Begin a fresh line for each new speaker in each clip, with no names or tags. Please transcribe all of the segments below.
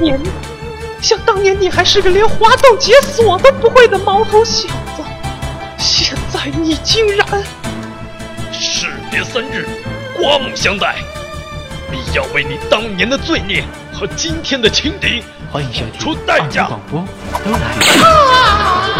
年，想当年你还是个连滑动解锁都不会的毛头小子，现在你竟然……
士别三日，刮目相待。必要为你当年的罪孽和今天的轻敌
欢迎收听
付出代价
二。广播都来了。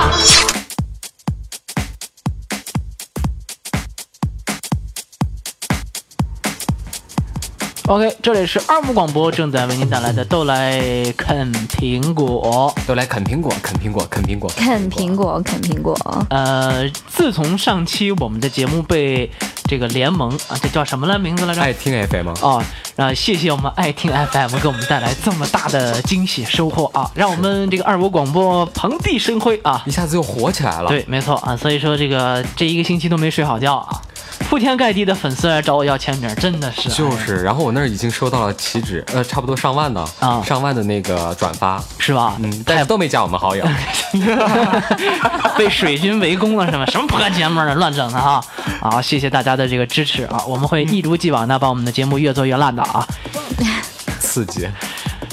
OK，这里是二木广播正在为您带来的《豆来啃苹果》。
都来啃苹果，啃苹果，啃苹果，
啃苹。果，啃苹果，
呃，自从上期我们的节目被这个联盟啊，这叫什么来名字来着？
爱听 FM 吗？
哦，啊，谢谢我们爱听 FM 给我们带来这么大的惊喜收获啊，让我们这个二五广播蓬荜生辉啊！
一下子又火起来了。，
对，没错啊，所以说这个这一个星期都没睡好觉啊，铺天盖地的粉丝来找我要签名，真的是
就是。然后我那儿已经收到了岂止呃，差不多上万的
啊
上万的那个转发，
是 吧？
嗯，但是都没加我 们好友。
被水军围攻了是吗？什么破节目呢，乱整的啊！啊，谢谢大家的这个支持啊，我们会一如既往的把我们的节目越做越烂的啊，
刺激，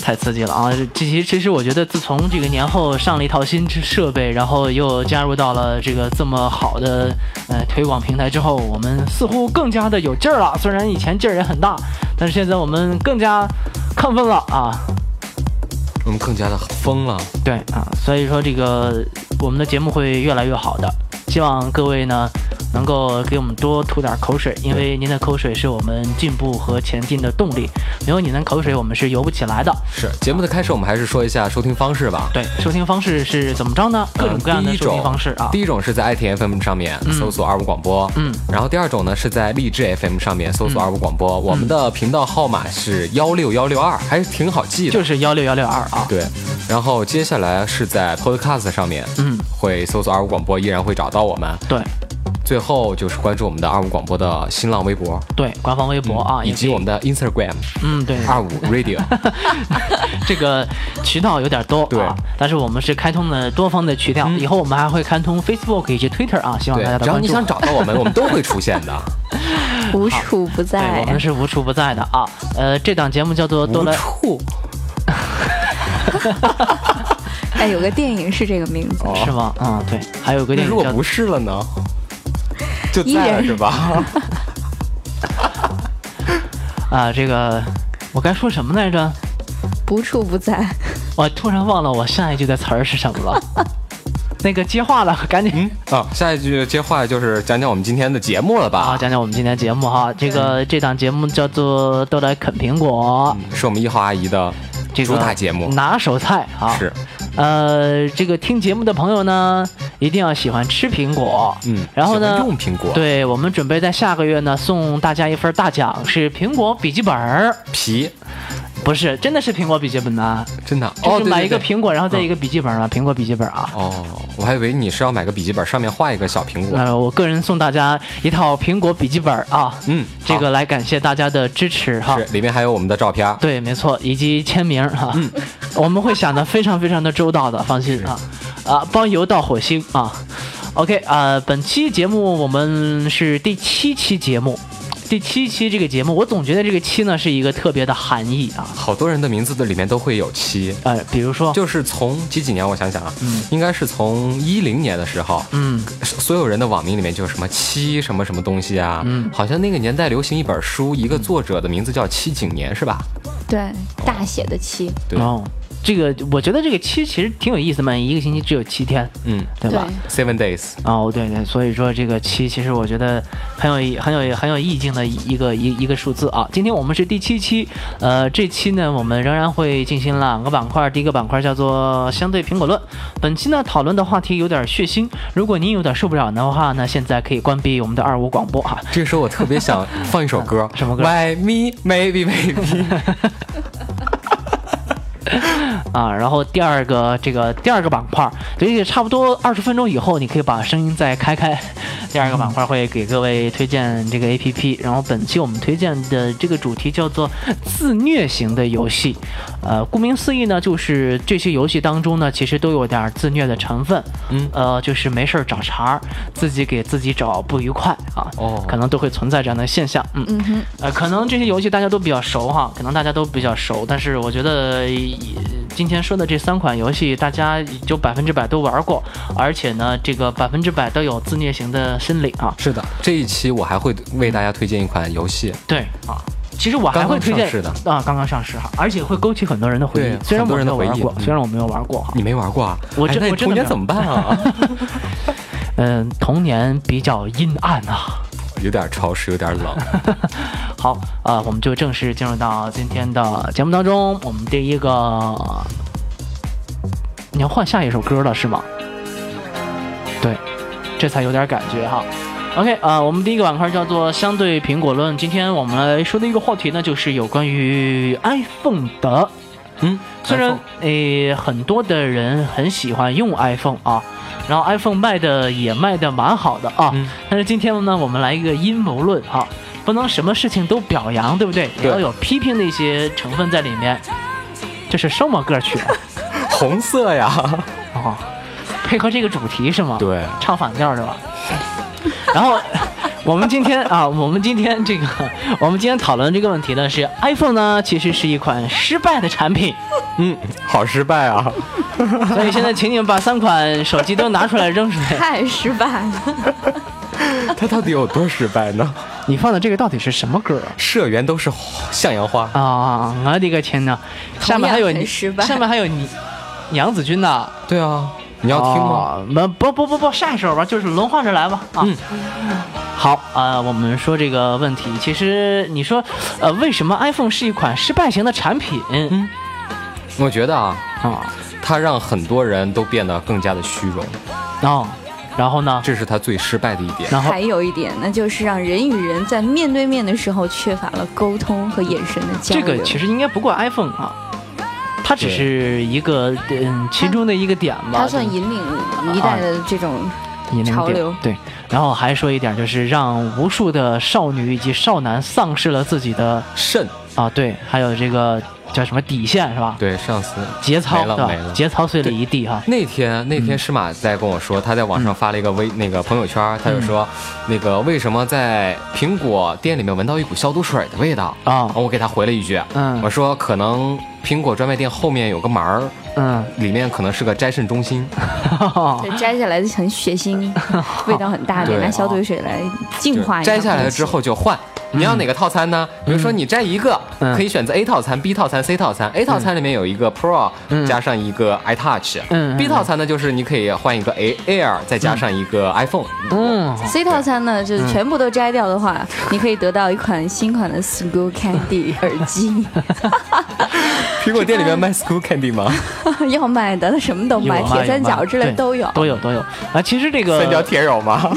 太刺激了啊！这其实其实我觉得，自从这个年后上了一套新设备，然后又加入到了这个这么好的呃推广平台之后，我们似乎更加的有劲儿了。虽然以前劲儿也很大，但是现在我们更加亢奋了啊！
我们更加的疯了。
对啊，所以说这个我们的节目会越来越好的，希望各位呢能够给我们多吐点口水，因为您的口水是我们进步和前进的动力，没有您的口水我们是游不起来的。
是节目的开始，我们还是说一下收听方式吧。
对，收听方式是怎么着呢？各种各样
呃第
的
一
收
种
听方式啊
第。一种是在爱听 FM 上面搜索二五广播，
嗯，
然后第二种呢是在荔枝 FM 上面搜索二五广播。我们的频道号码是
嗯
幺六幺六二，还是挺好记的。
就是幺六幺六二啊，
对，然后接下来是在 Podcast 上面，
嗯，
会搜索二五广播，依然会找到我们。
对
最后就是关注我们的二五广播的新浪微博嗯
对，官方微博啊，
以
也可
及我们 的啊 Instagram
嗯对，
二五 Radio。
这个渠道有点多
对嗯
啊，但是我们是开通了多方的渠道，以后我们还会开通 Facebook 以及 Twitter 啊，希望
对
大家，的
只要
关
你
注。
想找到我们，我们都会出现的，
无处不
对，
在
我。们 是无处不在的啊。呃，这档节目叫做《多
无
来》，
处
哎，有个电影是这个名字，
哦
是吗？嗯，对，还有个
那
电
如
影
果
叫
不是了呢？就
依
在
然
了 是吧？
啊，这个我该说什么来着？
无处不在。
我突然忘了我下一句的词儿是什么 了。那个接话了，赶紧。
啊，下一句接话就是讲讲我们今天的节目了
好，
吧？
讲讲我们今天节目哈，这
嗯
个这档节目叫做《都来啃苹果》，
是我们一号阿姨的
这个
主打节目
拿手菜啊。
是，
呃，这个听节目的朋友呢，一定要喜欢吃苹果，
嗯，
然后呢
喜欢，用苹果
对我们准备在下个月呢送大家一份大奖，是苹果笔记本儿，
皮，
不是，真的是苹果笔记本呐、
真的
就
哦，
是
对
买
对
一个
对嗯
苹果，然后再一个笔记本啊，苹果笔记本啊。
哦，我还以为你是要买个笔记本，上面画一个小苹果。
呃那我个人送大家一套苹果笔记本啊，
嗯，
这个来感谢大家的支持哈
好。是里面还有我们的照片。啊
对，没错，以及签名哈，我们会想的非常非常的周到的，放心啊，啊，包邮到火星啊。OK 啊、本期节目我们是第七期节目，第七期这个节目，我总觉得这个“七”呢是一个特别的含义啊，
好多人的名字的里面都会有七，
呃，比如说，
就是从几几年，我想想啊，应该是从一零年的时候，
嗯，
所有人的网名里面就有什么七什么什么东西啊，
嗯
好像那个年代流行一本书，一个作者的名字叫七景年是吧？
对，大写的七。
对
哦，这个我觉得这个七其实挺有意思嘛，一个星期只有七天，
嗯
对吧？
，Seven Days，
哦，对对，所以说这个七，其实我觉得很有意很有很有意境的一个一一个数字啊。今天我们是第七期，呃，这期呢我们仍然会进行两个板块，第一个板块叫做相对苹果论。本期呢讨论的话题有点血腥，如果您有点受不了的话呢，现在可以关闭我们的二五广播哈、
这个时候我特别想放一首歌，
什么歌
？Why me? Maybe maybe。
啊，然后第二个这个第二个板块，所以差不多二十分钟以后，你可以把声音再开开。第二个板块会给各位推荐这个 A P P，然后本期我们推荐的这个主题叫做自虐型的游戏，呃，顾名思义呢，就是这些游戏当中呢，其实都有点儿自虐的成分，
嗯
呃，就是没事儿找茬儿，自己给自己找不愉快啊，
哦
可能都会存在这样的现象，嗯
嗯哼，
呃，可能这些游戏大家都比较熟哈，可能大家都比较熟，但是我觉得、呃今天说的这三款游戏，大家就百分之百都玩过，而且呢，这个百分之百都有自虐型的心理啊。
是的，这一期我还会为大家推荐一款游戏，
对啊，其实我还会推荐
刚刚上市的
啊，刚刚上市哈，而且会勾起很多人的回
对
忆。虽然
很
我没
多人的
有玩
回忆
过，
嗯
虽然我没有玩过哈，
你没玩过啊？
我
哎
真
那你
我真的没
童年
有
怎么办啊？
嗯，童年比较阴暗啊。
有点潮湿，有点 冷。
好啊、呃我们就正式进入到今天的节目当中。我们第一个，你要换下一首歌了是吗？对，这才有点感觉哈。OK，呃，我们第一个板块叫做相对苹果论。今天我们来说的一个话题呢，就是有关于 iPhone 的。
嗯，
虽然诶，很多的人很喜欢用 iPhone 啊，然后 iPhone 卖的也卖的蛮好的啊，
嗯
但是今天呢，我们来一个阴谋论啊，不能什么事情都表扬，对不对？也
对
要有批评的一些成分在里面。这是什么歌曲啊
红色呀，
哦？配合这个主题是吗？
对
唱反调是吧？然后我们今天啊，我们今天这个，我们今天讨论这个问题呢是 iPhone 呢其实是一款失败的产品。
嗯，好失败啊。
所以现在，请你们把三款手机都拿出来扔出来。
太失败了。
它到底有多失败呢？
你放的这个到底是什么歌
社员都是向阳花，
啊？啊，我的个天呐！下面还有
同样很失败
下面还有你娘子军呐。
对啊，你要听吗？
哦？不不不不不，下一首吧，就是轮换着来吧。啊，
嗯
好啊、呃我们说这个问题，其实你说，呃，为什么 iPhone 是一款失败型的产品？嗯
我觉得啊，
啊
它让很多人都变得更加的虚荣，
哦，然后呢？
这是它最失败的一点。
然后
还有一点，那就是让人与人在面对面的时候缺乏了沟通和眼神的交
这
流。
个其实应该不怪 iPhone 啊，它只
对
是一个嗯其中的一个点吧。
它算
对
引领一代的这种
引领
潮
点
流
对，然后还说一点，就是让无数的少女以及少男丧失了自己的
肾，
啊，对，还有这个叫什么底线是吧？
对，上次
节操
没
是
了
吧
没？了。
节操碎了一地哈。
那天那天施马在跟我说，他在网上发了一个微那个朋友圈，他就说，那个为什么在苹果店里面闻到一股消毒水的味道？
啊
然后我给他回了一句，
嗯
哦我说可能苹果专卖店后面有个门儿，
嗯，
里面可能是个摘肾中心。
对摘下来的很血腥，味道很大，得
对
拿消毒水来净
就是
化一下。
摘下来了之，后就换。你要哪个套餐呢？比如说你摘一个，
嗯
可以选择 A 套餐、B 套餐、C 套餐。A 套餐里面有一个 Pro，、
嗯
加上一个 iTouch。
嗯嗯
B 套餐呢，就是你可以换一个 A Air，再加上一个 iPhone。
嗯
C 套餐呢，就是全部都摘掉的话，你可以得到一款新款的 School Candy 耳机，
苹果店 里面卖 School Candy 吗？
要卖的什么都
有
卖，
嘛
铁三
有嘛
角之类
对
都有。
都有都有啊。其实这
三角
个
铁肉吗？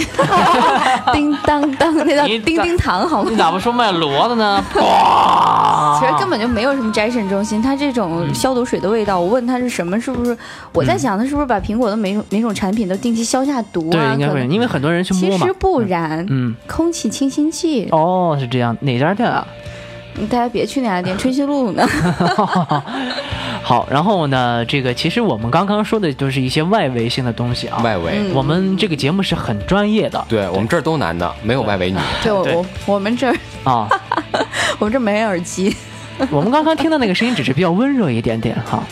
叮当当，那叫
你
叮叮 糖，好
你
吗？
咋不说卖骡子呢？哇，
其实根本就没有什么摘肾中心，它这
嗯
种消毒水的味道，我问它是什么，是不是？我在想，它是不是把苹果的每种每种产品都定期消下毒
对
啊？，
应该
可
会，
能
因为很多人去
其
摸嘛
实。不然，
嗯，
空气清新剂，
哦，是这样，哪家店啊？
大家别去那家店，春熙路呢。
好，然后呢，这个其实我们刚刚说的就是一些外围性的东西啊。
外围，
嗯
我们这个节目是很专业的，
对我们这儿都男的，没有外围女。
对，我
对
我我们这儿
啊，
我们这儿没耳机，
我们刚刚听到那个声音只是比较温柔一点点哈，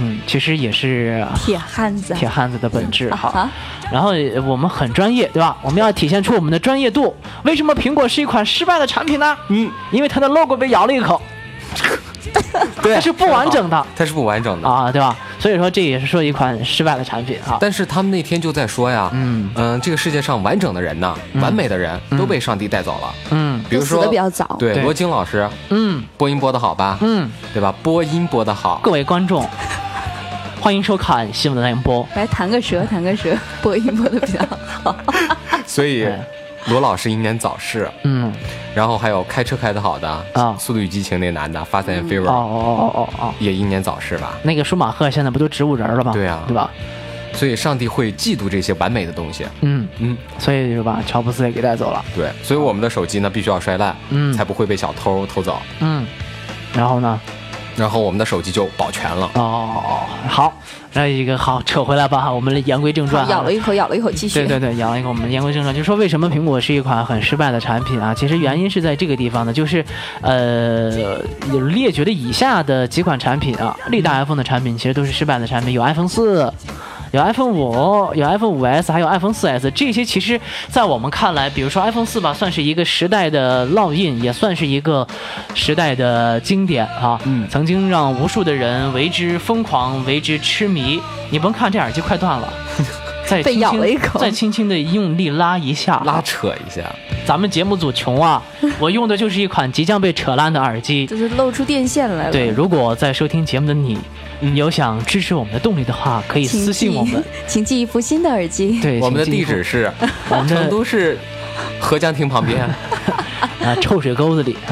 嗯，其实也是
铁汉子啊。
铁汉子的本质哈
啊。
然后呃我们很专业，对吧？我们要体现出我们的专业度。为什么苹果是一款失败的产品呢？
嗯，
因为它的 logo 被咬了一 口，
对
它，是不完整的
它是不完整的。
啊，对吧？所以说这也是说一款失败的产品啊。
但是他们那天就在说呀，
嗯
嗯，这个世界上完整的人呢，完美的人都被上帝带走了。
嗯
比如
都
说
死得比较早
对
对
罗京老师
嗯
播音播得好吧？
嗯，
对吧？播音播得好，
各位观众， 欢迎收看新闻联播。
来弹个舌，弹个舌，播音播的比较好。
所以
哎
罗老师英年早逝。
嗯，
然后还有开车开得好的
啊
速度与激情》那男的《Fast and
哦
Furious》
哦哦哦哦，
也英年早逝吧。
那个舒马赫现在不就植物人了吗？
对啊
对吧？
所以上帝会嫉妒这些完美的东西。
嗯，
嗯，
所以就把乔布斯也给带走了。
对，所以我们的手机呢必须要摔烂，
嗯
才不会被小偷偷走。
嗯，然后呢？
然后我们的手机就保全了。
哦，好，那一个好扯回来吧，我们言归正传啊。
咬了一口，咬了一口，继续。
对对对，养了一个我们言归正传，就说为什么苹果是一款很失败的产品啊？其实原因是在这个地方呢，就是呃，有列举了以下的几款产品啊，历代 iPhone 的产品其实都是失败的产品，有 iPhone 四。有 iPhone 五，有 iPhone 五 S，还有 iPhone 四 S，这些其实，在我们看来，比如说 iPhone 四吧，算是一个时代的烙印，也算是一个时代的经典啊。
嗯
曾经让无数的人为之疯狂，为之痴迷。你甭看这耳机快断了，再
被
轻
咬
轻
了一口
再轻轻的用力拉一下。
拉扯一下，
咱们节目组穷啊，我用的就是一款即将被扯烂的耳机。
就是露出电线来了。
对，如果在收听节目的你，有想支持我们的动力的话，可以
请
私信
寄
我们。，
请寄一副新的耳机。
对，
我们的
请
地
寄一
址是
封， 我们
成
的
都市合江亭 旁边。
啊臭水沟子里。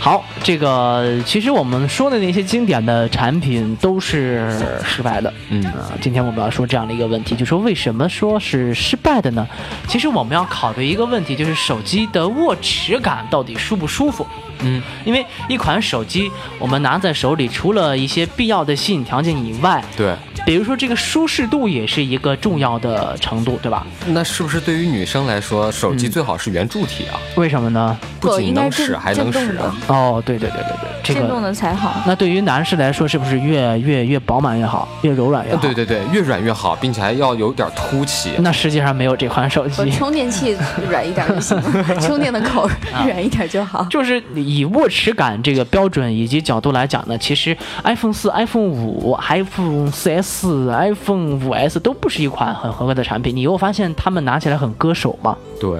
好，这个其实我们说的那些经典的产品都是失败的。
嗯
啊，今天我们要说这样的一个问题，就说为什么说是失败的呢？其实我们要考虑一个问题，就是手机的握持感到底舒不舒服。
嗯，
因为一款手机我们拿在手里，除了一些必要的吸引条件以外，
对。
比如说这个舒适度也是一个重要的程度，对吧？
那是不是对于女生来说，手机最好是圆柱体啊？
为什么呢？
不
不
仅
应该
能
震
使，还能
震
使
动的
啊。，
哦，对对对对对，这
震动
个。
的才好。
那对于男士来说，是不是越越越饱满越好，越柔软越好？
对。对对，越软越好，并且还要有点凸起。
那世界上没有这款手
我
机。
充电器软一点就行了，充电的口儿软一点就好。
就是以握持感这个标准以及角度来讲呢，其实 iPhone 四、iPhone 五、iPhone 4S、iPhone 5S 都不是一款很合格的产品。你有发现他们拿起来很割手吗？
对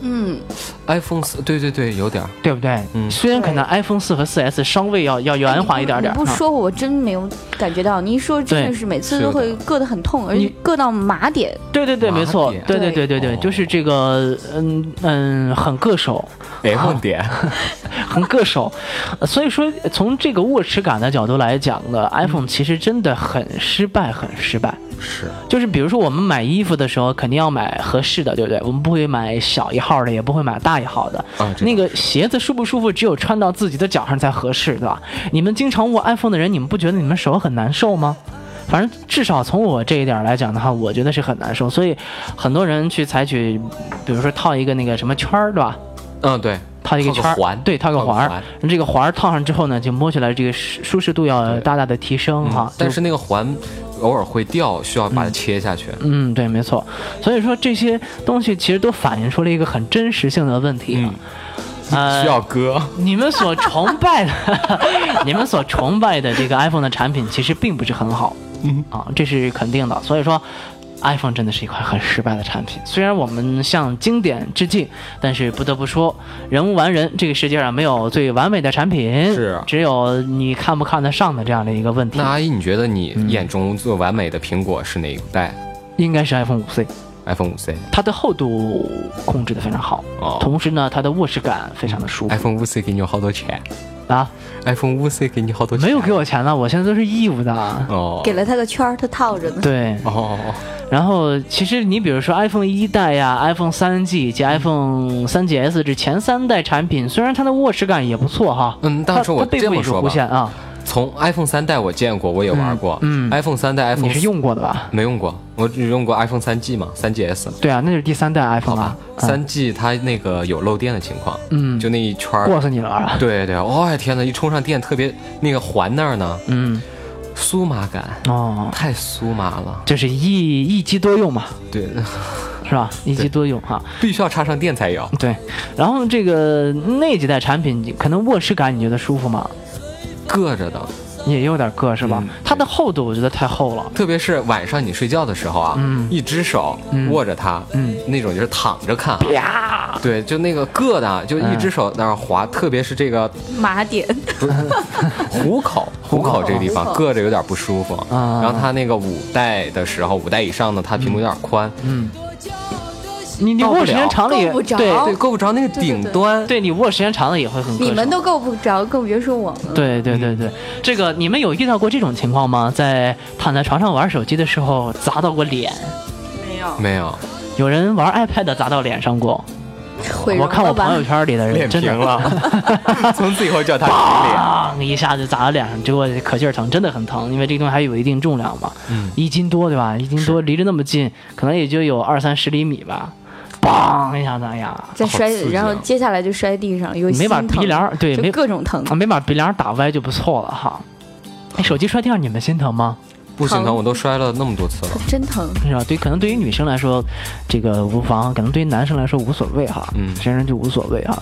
嗯，
，iPhone 四，对对对，有点儿。
对不对？
嗯
虽然可能 iPhone 四和 4S 稍微要要圆滑一点点，
哎你不
啊
说我真没有感觉到，你一说真的
对
是每次都会硌得很痛，而且硌到麻点。
对对对，
麻
没错
点，
对对对对
哦
对，就是这个，嗯嗯，很硌手，
iPhone 点，
很硌手，呃所以说从这个握持感的角度来讲呢，iPhone 其实真的很失败，很失败。
是
就是比如说我们买衣服的时候，肯定要买合适的，对不对？我们不会买小一号的，也不会买大一号的。
啊，这
那个鞋子舒不舒服，只有穿到自己的脚上才合适，对吧？你们经常握 iPhone 的人，你们不觉得你们手很难受吗？反正至少从我这一点来讲的话，我觉得是很难受。所以很多人去采取，比如说套一个那个什么圈儿，对吧？
嗯对，
套一个圈儿，
环，
对，套个环
环
儿。这个环儿套上之后呢，就摸起来这个舒舒适度要
对
大大的提升
嗯
哈。
但
就是
那个环偶尔会掉，需要把它切下去。
嗯，对，没错。所以说这些东西其实都反映出了一个很真实性的问题啊。呃，
嗯需要割。
你们所崇拜的， 你们所崇拜的这个 iPhone 的产品，其实并不是很好，
嗯
啊，这是肯定的。所以说，iPhone 真的是一款很失败的产品。虽然我们向经典致敬，但是不得不说，人无完人，这个世界上没有最完美的产品，
是啊
只有你看不看得上的这样的一个问题
那。阿姨，你觉得你
嗯
眼中最完美的苹果是哪一代
应该是 iPhone 五 C，
？iPhone 五 C
它的厚度控制的非常好，
哦
同时呢，它的握持感非常的舒服
，iPhone 五 C 给你好多钱
啊，
？iPhone 五 C 给你好多钱？
没有给我钱了，我现在都是义务的。
哦
给了他个圈儿，他套着呢。
对，
哦，
然后其实你比如说 iPhone 一代呀、iPhone 三 G 以
嗯
及 iPhone 三 GS 这前三代产品，虽然它的握持感也不错哈，
嗯，
它
但是我
它背
这
部也
么
是
说
弧
吧，
线啊，
从 iPhone 三代我见过，我也玩过。
嗯嗯
i p h o n e 三代、
你
iPhone
是
四
用过的吧？
没用过？我只用过 iPhone 三 G 嘛，三 GS。
对啊，那嗯就是第三代 iPhone 了
好吧，，三 G 它那个有漏电的情况，
啊嗯，
就那一圈儿。
过死你了啊，
对对，哦哎天哪！一充上电，特别那个环那儿呢，
嗯，
酥麻感
哦，
太酥麻了。
这是一一机多用嘛，
对，
是吧？一机
对
多用哈、
必须要插上电才有。
对。然后这个那几代产品，可能握持感你觉得舒服吗？
硌着的，
也有点硌是吧？
嗯
它的厚度我觉得太厚了，
特别是晚上你睡觉的时候啊，
嗯
一只手
嗯
握着它，
嗯
那种就是躺着看啊，
啪，
对，就那个硌的，就一只手在那儿滑，特别是这个
麻点，
虎口，虎口这个地方
虎口
硌着有点不舒服。
啊
然后它那个五代的时候，五代以上呢，它屏幕有点宽，
嗯，你你
到不
握时间
了
长了也
够不着
对
嗯
对，够不着那个顶端。
对你握时间长了也会很硌手。
你们都够不着，更别说我们了。
对对对对，这个你们有遇到过这种情况吗？在躺在床上玩手机的时候砸到过脸，
没有，
没有，
有人玩 iPad 砸到脸上过，
毁容
我看我
了吧
朋友圈里的人
脸
真
平
的
了，从此以后叫他 平
砰
脸。
一下子砸到脸上，结果可劲儿疼，真的很疼，因为这个东西还有一定重量嘛，一斤多对吧？一斤多离着那么近，可能也就有二三十厘米吧，砰一下子，哎呀，
再摔
好刺激，啊
然后接下来就摔地上，有
没把
心疼
鼻梁儿对没
就各种疼
啊，，没把鼻梁打歪就不错了哈。哎，手机摔地上你们心疼吗？
不心疼，我都摔了那么多次了。
真疼。
是吧？对，可能对于女生来说，这个无妨；可能对于男生来说无所谓哈。
嗯
真人就无所谓哈。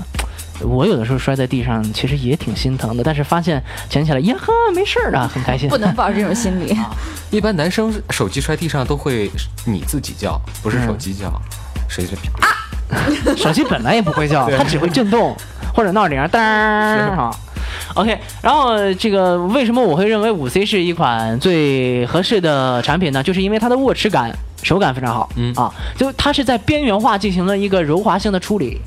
我有的时候摔在地上，其实也挺心疼的，但是发现捡起来，呀呵，没事儿啊的，很开心。
不能抱着这种心理，
一般男生手机摔地上都会你自己叫，不是手机叫，谁是啪？
手机本来也不会叫，
对
它只会震动或者闹铃 儿，当啊。OK，然后这个为什么我会认为五 C 是一款最合适的产品呢？就是因为它的握持感、手感非常好，
嗯
啊，就它是在边缘化进行了一个柔滑性的处理。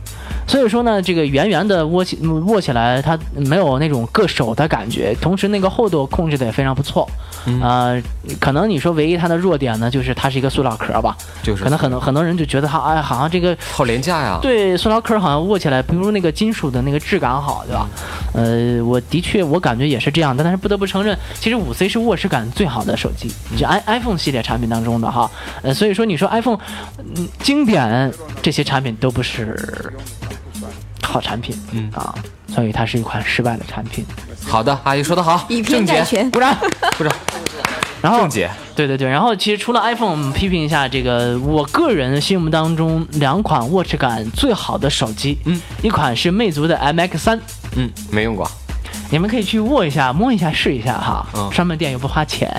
所以说呢，这个圆圆的握起嗯握起来，它没有那种硌手的感觉，同时那个厚度控制的也非常不错。
嗯
呃，可能你说唯一它的弱点呢，就是它是一个塑料壳吧，
就是
可能很多很多人就觉得它哎，好像这个
好廉价哦呀。
对，塑料壳儿好像握起来不如那个金属的那个质感好，对吧？呃，我的确我感觉也是这样的，但是不得不承认，其实五 C 是握持感最好的手机，就 i iPhone 系列产品当中的哈。呃，所以说你说 iPhone，嗯，经典这些产品都不是好产品，
嗯
啊，所以它是一款失败的产品。
好的，阿姨说的好，
以
郑
偏概
姐，
全。
不然，
不是
然后
郑姐，
对对对，然后其实除了 iPhone，我们批评一下这个，我个人心目当中两款握持感最好的手机，
嗯，
一款是魅族的 MX 三，
嗯，没用过，
你们可以去握一下、摸一下、试一下哈，
嗯
专门店又不花钱，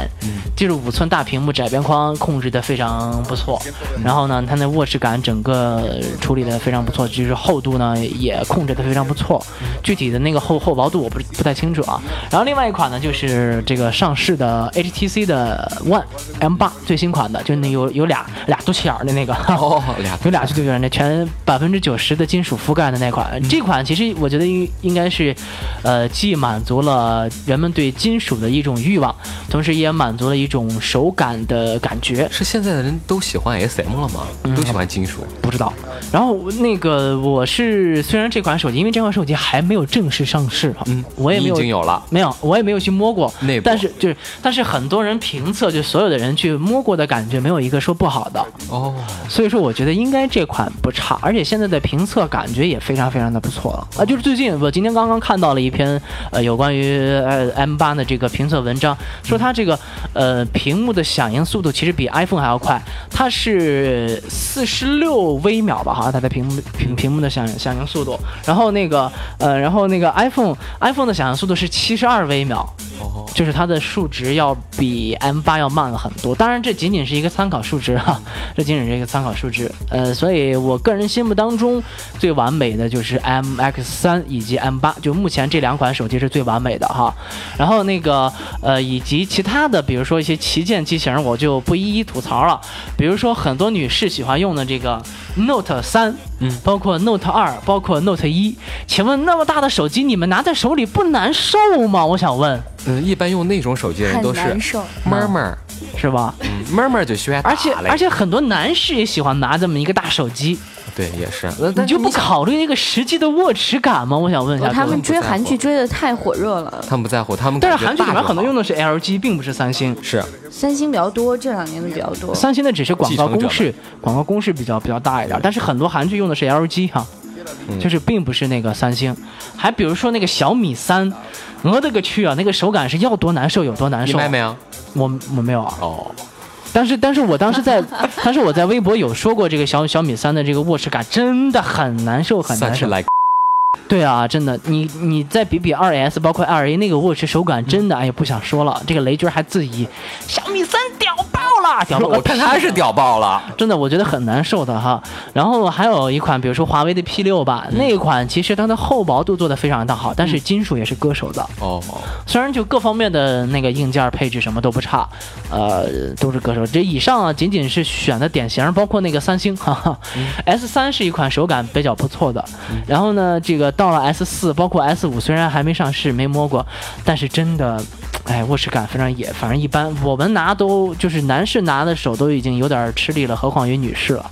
就是五寸大屏幕窄边框控制的非常不错，然后呢，它的握持感整个处理的非常不错，就是厚度呢也控制的非常不错，
嗯
具体的那个厚厚薄度我不是不太清楚啊。然后另外一款呢就是这个上市的 HTC 的 One M 八最新款的，就那有有俩俩肚脐眼儿的那个，
哦，俩
有俩是对圆的，全百分之九十的金属覆盖的那款。
嗯
这款其实我觉得应应该是，呃，既满足了人们对金属的一种欲望，同时也满足了一种手感的感觉。
是现在的人都喜欢 S M 了吗？
嗯
都喜欢金属，
不知道。然后那个我是虽然这款手机，因为这款手机还没有正式上市哈，
嗯，
我也没
你已
有
经有了，
没有，我也没有去摸过
内部。
但是就是，但是很多人评测，就所有的人去摸过的感觉，没有一个说不好的。
哦，
所以说，我觉得应该这款不差，而且现在的评测感觉也非常非常的不错了啊！就是最近我今天刚刚看到了一篇呃有关于呃 M 八的这个评测文章，说它这个呃屏幕的响应速度其实比 iPhone 还要快，它是四十六微秒吧，好像它的屏幕屏屏幕的响响应速度，然后那个呃然后那个 iPhone iPhone 的响应速度是七十二微秒，
哦，
就是它的数值要比 M 八要慢了很多。当然，这仅仅是一个参考数值哈、这仅仅是一个参考数值。呃，所以我个人心目当中最完美的就是 M X 三以及 M 八，就目前这两款手机是最完美的哈。然后那个呃，以及其他的，比如说一些旗舰机型，我就不一一吐槽了。比如说很多女士喜欢用的这个 Note 三，
嗯，
包括 Note 二，包括 Note 一。请问那么大的手机，你们拿在手里不难受吗？我想问。
嗯，一般用那种手机的人
很
都是
难受，
闷儿闷儿，
是吧？
嗯闷儿闷儿就喜欢打
而且
嘞
而且很多男士也喜欢拿这么一个大手机，
对也是，那
你
但
就不考虑那个实际的握持感吗？我想问一下
他
各位
们。追韩剧追的太火热了，
他们不在乎，他们
但是
感觉
韩剧里
大
面
就
很多
好
用的是 LG，并不是三星。
是
三星比较多，这两年的比较多。
三星的只是广告公
继
式，广告公式比较比较大一点，但是很多韩剧用的是 LG 哈、
嗯
就是并不是那个三星。还比如说那个小米三，我的个去啊，那个手感是要多难受有多难
你
受。
买没有？
我我没有啊，
哦，
但是但是我当时在， 但是我在微博有说过这个小小米三的这个握持感真的很难受，很难
算
受
是。来，
对啊，真的，你你再比比二 S，包括二 A 那个握持手感，真的，哎呀，不想说了。这个雷军还自己，小米三屌爆了，屌爆了！
我看他是屌爆了，
真的，我觉得很难受的哈。然后还有一款，比如说华为的 P 六吧，那款其实它的厚薄度做得非常的好，但是金属也是割手的。
哦，
虽然就各方面的那个硬件配置什么都不差，呃，都是歌手。这以上啊，仅仅是选的典型，包括那个三星，哈哈、s 三是一款手感比较不错的。然后呢，这个到了 S 四，包括 S 五，虽然还没上市，没摸过，但是真的，哎，握持感非常也，反正一般。我们拿都就是男士拿的手都已经有点吃力了，何况于女士了。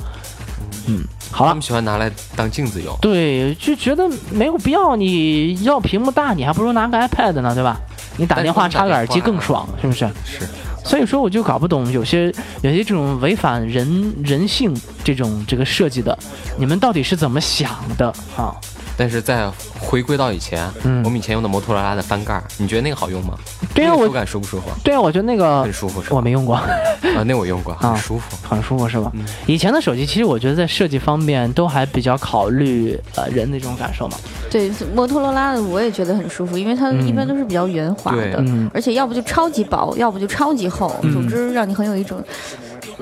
嗯，好
他
了
们。喜欢拿来当镜子用。
对，就觉得没有必要。你要屏幕大，你还不如拿个 iPad 呢，对吧？你打
但是
电话
你打
插个
电
耳机
话
更爽，是不是？
是，
所以说，我就搞不懂有些有些这种违反人人性这种这个设计的，你们到底是怎么想的啊？
但是再回归到以前，
嗯
我们以前用的摩托罗拉的翻盖儿，你觉得那个好用吗？
对呀、
那个手
我
感舒不舒服？
对呀、啊我觉得那个
很舒服是吧？
我没用过，
啊，那我用过，很舒服。
很舒服是
嗯
吧？以前的手机其实我觉得在设计方面都还比较考虑呃人的这种感受嘛。
对，摩托罗拉的我也觉得很舒服，因为它
嗯
一般都是比较圆滑的，
对
嗯
而且要不就超级薄，要不就超级厚，
嗯
总之让你很有一种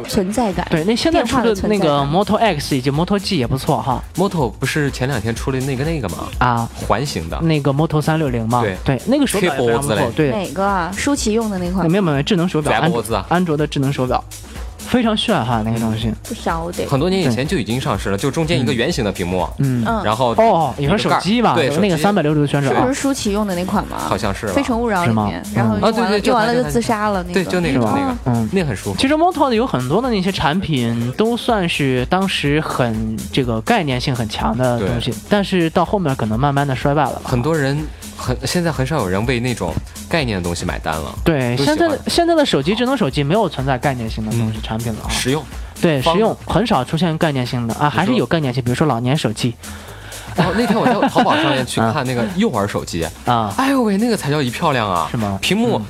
存在感。
对，那现在
电
出
话的
的
存
那
在
个
感
Moto X 以及 Moto G 也不错哈
Moto 不是前两天出了那个那个吗？
啊。
环形的，
那个 Moto 三六零嘛，
对
那个手表也非常不
贴脖子
错
嘞，
对，
哪个啊？舒淇用的那款
没有没有智能手表，
夹
安
脖
卓
子啊
安卓的智能手表，非常炫哈那个东西，
不少得。
很多年以前就已经上市了，就中间一个圆形的屏幕，
嗯，
嗯，
然后
哦，你说
一个
手
盖儿
机吧，
对，手
那个
机
三百六十度旋转
不
啊
是，舒淇用的那款吗？
好像是吧
《非诚勿扰》
是
里
吗
面，然后
嗯
用完
啊
了
对对就
用完了
它
就
它
自杀了。那
对，
个哦
就那个
是吧
那个，
嗯。
那个很舒服。
其实 Moto 有很多的那些产品都算是当时很这个概念性很强的东西，但是到后面可能慢慢的衰败了吧。
很多人很现在很少有人为那种概念的东西买单了，
对
都喜
现
欢
在的现在的手机智能手机没有存在概念性的东西产品了啊。
实用。
对，
方
实用很少出现概念性的啊，还是有概念性，比如说老年手机
然后那天我在淘宝上 面去看那个幼儿手机，
啊，
哎呦喂，那个才叫一漂亮啊！
是吗
屏幕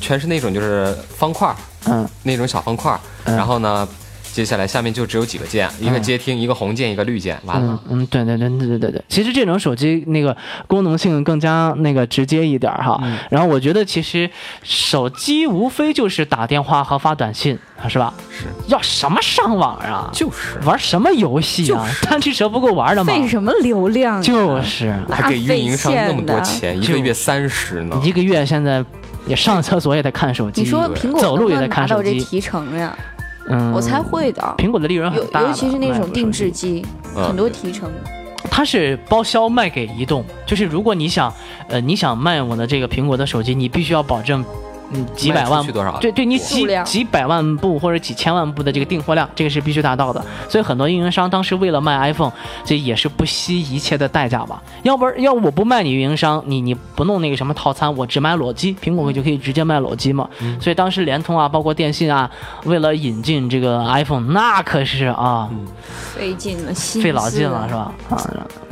全是那种就是方块儿
嗯
那种小方块儿，
嗯
然后呢，接下来下面就只有几个键，一个接听，一个红键，一个绿键，完
嗯
了。
嗯，对对对对对对对，其实这种手机那个功能性更加那个直接一点儿哈。
嗯
然后我觉得其实手机无非就是打电话和发短信，是吧？
是，
要什么上网啊？
就是
玩什么游戏啊？贪吃蛇不够玩的吗？
费什么流量啊？
就是
还给运营商那么多钱，一
就
个月三十呢。
一个月现在也上厕所也得看手机，
你说苹果
走路也得
能不能拿
看
到
手
这
机，
提成呀？
嗯，
我猜会的。
苹果的利润
尤
很大的，
尤其是那种定制机，
嗯
很多提成。
它是包销卖给移动，就是如果你想，呃，你想卖我的这个苹果的手机，你必须要保证，嗯，几百
卖
万
出去多少
对对，你
数
几
量
几百万部或者几千万部的这个订货量，这个是必须达到的。所以很多运营商当时为了卖 iPhone，这也是不惜一切的代价吧。要不然，要我不卖你运营商，你你不弄那个什么套餐，我只卖裸机，苹果就可以直接卖裸机嘛。所以当时联通啊，包括电信啊，为了引进这个 iPhone，那可是啊。
费劲了，心
费老
思
劲了是？吧？啊，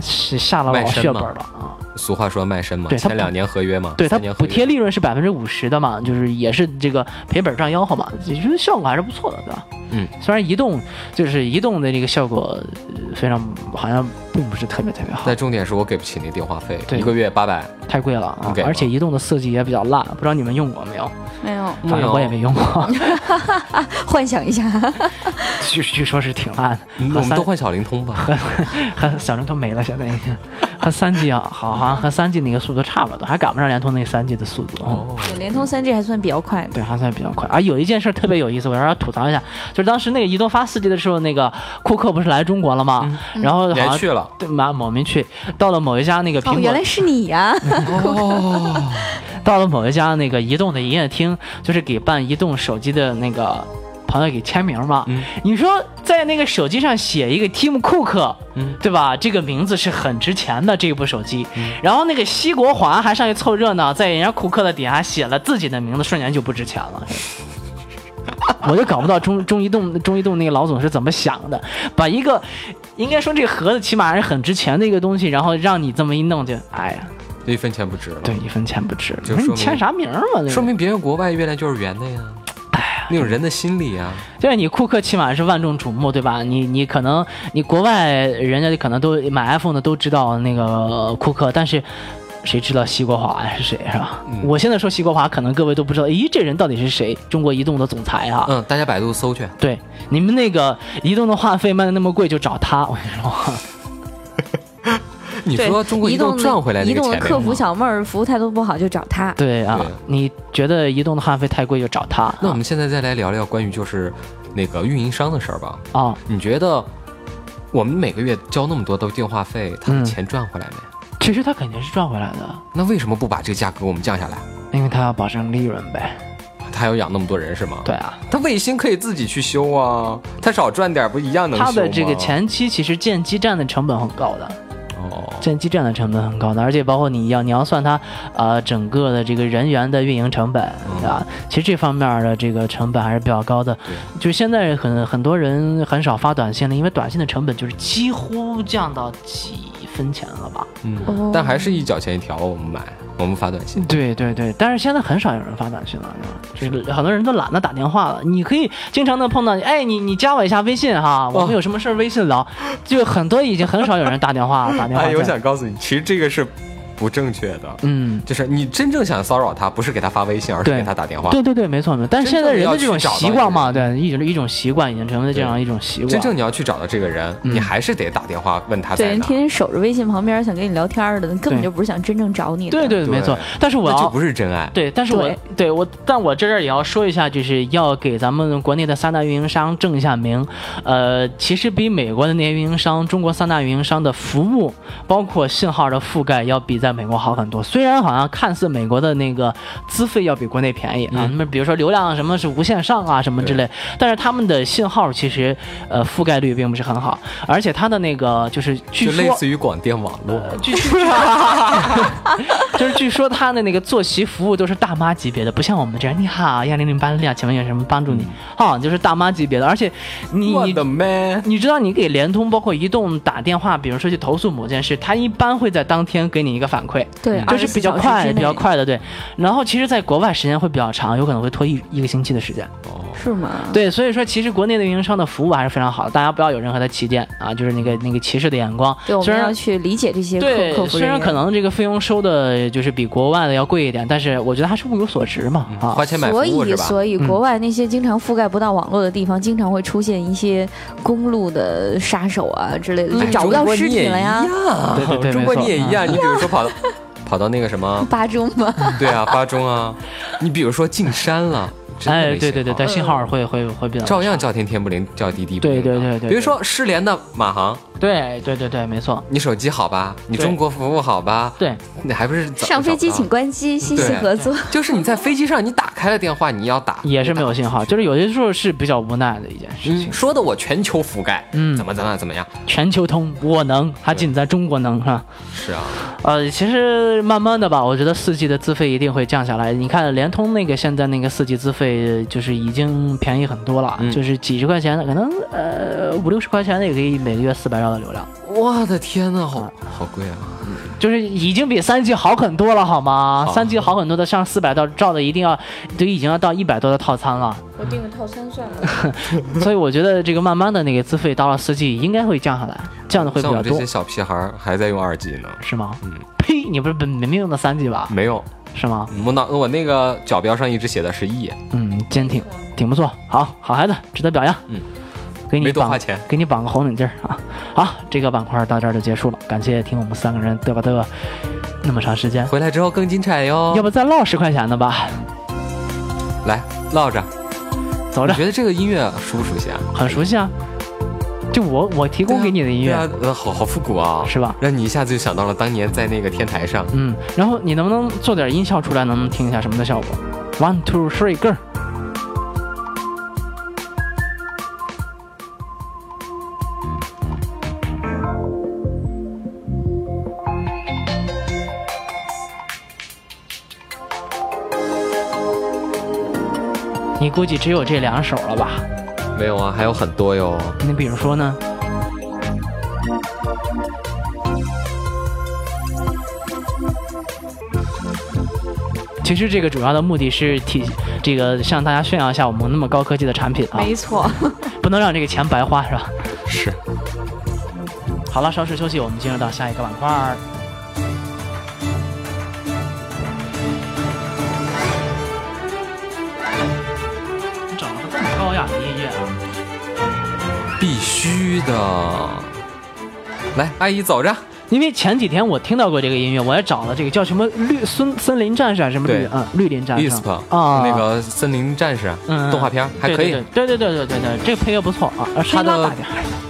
是下了老
卖身
血本
嘛
了啊！
俗话说卖身嘛，
对它不
签两年合约嘛，
对它
三年合
补
约
贴利润是百分之五十的嘛，就是也是这个赔本赚吆喝嘛，也就是效果还是不错的，对吧？
嗯，
虽然移动就是移动的这个效果呃非常好像并不是特别特别好
但，重点是我给不起那电话费，
对
一个月八百，
太贵了啊
不给！
而
了
且移动的设计也比较烂，不知道你们用过没有？
没 有，
反正我也没用过，
幻想一下，
据据说是挺烂的，
嗯
和
我们
三
都换小灵通吧。
和小灵通没了，现在已经 和三 G 啊，好好像和三 G 那个速度差不多，还赶不上联通那三 G 的速度。
哦，
联通三 G 还算比较快的。
对，还算比较快。啊，有一件事特别有意思，我要要吐槽一下，就是当时那个移动发四 G 的时候，那个库克不是来中国了吗？然后好
你还
像
去 了？
对，马某民去到了某一家那个苹
嗯哦，
果，
原来是 你呀！
哦
到了某一家那个移动的营业厅，就是给办移动手机的那个朋友给签名嘛。
嗯
你说在那个手机上写一个 Tim Cook，、
嗯
对吧？这个名字是很值钱的这部手机。然后那个西国华还上去凑热闹，在人家库克的底下写了自己的名字，瞬间就不值钱了。 我就搞不到中中移动中移动那个老总是怎么想的，把一个应该说这个盒子起码还是很值钱的一个东西，然后让你这么一弄就，哎呀，
这一分钱不值了。
对，一分钱不值。
就
我说
说
你签
明
啥名儿嘛？那个
说明别人国外月亮就是圆的呀。
哎
那种人的心理啊，
对你库克起码是万众瞩目，对吧？你你可能你国外人家可能都买 iPhone 的都知道那个库克，但是谁知道西国华是谁是吧？
嗯
我现在说西国华，可能各位都不知道，咦，这人到底是谁？中国移动的总裁啊。
嗯，大家百度搜去，
对，你们那个移动的话费卖的那么贵，就找他。我跟你说，
你
对，
说中国移动
的
赚回来那
移
个
动的
钱没
客
有
服
吗？
小妹儿服务态度不好就找他。
对啊，
对
你觉得移动的话费太贵就找他啊
那我们现在再来聊聊关于就是那个运营商的事儿吧。
啊？
你觉得我们每个月交那么多的电话费，他
嗯
的钱赚回来没？
其实他肯定是赚回来的，
那为什么不把这个价格给我们降下来？
因为他要保证利润呗。
他他要养那么多人是吗？
对，啊，
他卫星可以自己去修啊，他少赚点不一样能修吗
它的这个前期其实建基站的成本很高的，
哦，
建基站的成本很高的，而且包括你要你要算它呃整个的这个人员的运营成本啊，其实这方面的这个成本还是比较高的。就是现在很很多人很少发短信了，因为短信的成本就是几乎降到几分钱了吧？
哦
嗯，但还是一角钱一条，我们买，我们发短信。
对对对，但是现在很少有人发短信了，是吧就是很多人都懒得打电话了。你可以经常的碰到，哎，你你加我一下微信
啊
哈，我们有什么事儿微信聊。就很多已经很少有人打电话打电话
哎，
在。
我想告诉你，其实这个是不正确的，
嗯，
就是你真正想骚扰他，不是给他发微信，而是
对
给他打电话。
对对对，没错没错。但是现
真
在
正
人
要
的这
去
种
找到
习
一个
惯嘛，
人
对，一种一种习惯已经成为了这样一种习
真正
惯。
你要去找到这个人，
嗯
你还是得打电话问他
对，
在
人
哪。
天天守着微信旁边想跟你聊天儿的，根本
对
就不是想真正找你的。
对对，没错
对。
但是我
那就
要
不是真爱。
对，但是我
对
对我，但我这儿也要说一下，就是要给咱们国内的三大运营商正一下名。呃，其实比美国的那些运营商，中国三大运营商的服务，包括信号的覆盖，要比在美国好很多。虽然好像看似美国的那个资费要比国内便宜啊，
嗯
那、么比如说流量什么是无限上啊什么之类，但是他们的信号其实呃覆盖率并不是很好，而且它的那个就是据
就
说呃
类似于广电网络，
据说，就是据说他的那个坐席服务都是大妈级别的，不像我们这样。你好，幺零零八六，请问有什么帮助你？啊，就是大妈级别的，而且你
嗯我的妈！
你知道，你给联通包括移动打电话，比如说去投诉某件事，他一般会在当天给你一个反馈。
对，
就是比较
24小时之
快，
内
比较，快的，对。然后其实，在国外时间会比较长，有可能会拖一一个星期的时间。
是吗？
对，所以说其实国内的运营商的服务还是非常好的，大家不要有任何的歧见啊，就是那个那个歧视的眼光。
对，我
虽
们
然
要去理解这些客客
对，
服
虽
人
然
员。
可能这个费用收的就是比国外的要贵一点，但是我觉得还是物有所值嘛啊
嗯花。钱买服
所
务
以，
是吧？
所以
嗯
国外那些经常覆盖不到网络的地方，经常会出现一些公路的杀手啊之类的，
哎
哎
就找不到尸体了呀。
对对对没
中国
错嗯
你也一样，你比如说跑到 跑到那个什么，
巴中吗？
对啊，巴中啊，你比如说进山了，真的
哎，
没
对
信
对对
号嗯
对，信号会会会比较。
照样叫天天不灵，叫地地不
对
灵的。
对对对对
比如说失联的马航，
对对对对，没错。
你手机好吧？你
对
中国服务好吧？
对，
你还不是早
上飞机请？
早
关机，信息
对
合作。
不到就是你在飞机上，你打开了电话，你要打
也是没有信号，就是有些时候是比较无奈的一件事情
嗯，。说的我全球覆盖，
嗯
怎么怎么样怎么样？
全球通，我能，还仅在中国能，是吧？
是啊，
呃，其实慢慢的吧，我觉得四 G 的资费一定会降下来。你看联通那个现在那个四 G 资费就是已经便宜很多了，
嗯
就是几十块钱的，可能呃五六十块钱的也可以每个月四百兆的流量。
我的天呐，好好贵啊！
就是已经比三 G 好很多了，好吗？
好
三 G 好很多的，像四百兆兆的，一定要都已经要到一百多的套餐了。
我订个套餐算了。
嗯
所以我觉得这个慢慢的那个资费到了四 G 应该会降下来，降的会比
像我
较
们嗯这
多
些，嗯小屁孩儿还在用二 G 呢，
是吗？呸！你不是本明明用的三 G 吧？
没有，
是吗？
我脑我那个角标上一直写的是 E，
嗯，坚挺，挺不错，好好孩子，值得表扬。
嗯，
给你
没多
绑
花钱
给你绑个红领巾儿啊！好，这个板块到这儿就结束了，感谢听我们三个人嘚吧嘚吧那么长时间，
回来之后更精彩哟。
要不再唠十块钱的吧？
来唠着，
走
你
着，
觉得这个音乐熟不熟悉啊？
很熟悉啊，就我我提
对啊
供给你的音乐。
对啊，呃好好复古啊，
是吧？
让你一下子就想到了当年在那个天台上，
嗯，然后你能不能做点音效出来，能不能听一下什么的效果？One two three go。你估计只有这两首了吧？
没有啊，还有很多哟。
你比如说呢？其实这个主要的目的是体这个向大家炫耀一下我们那么高科技的产品啊，
没错，
不能让这个钱白花是吧？
是，
好了，稍事休息，我们进入到下一个板块儿。你找了个这么高雅的音乐啊！
必须的。来，阿姨走着。
因为前几天我听到过这个音乐，我也找了这个叫什么绿森森林战士还是什么绿
对
啊绿林战士
Lisp
啊
那个森林战士
嗯
动画片儿还可以，
对对对对对对对，这个配乐不错啊，啊声
它
音拉
的
大点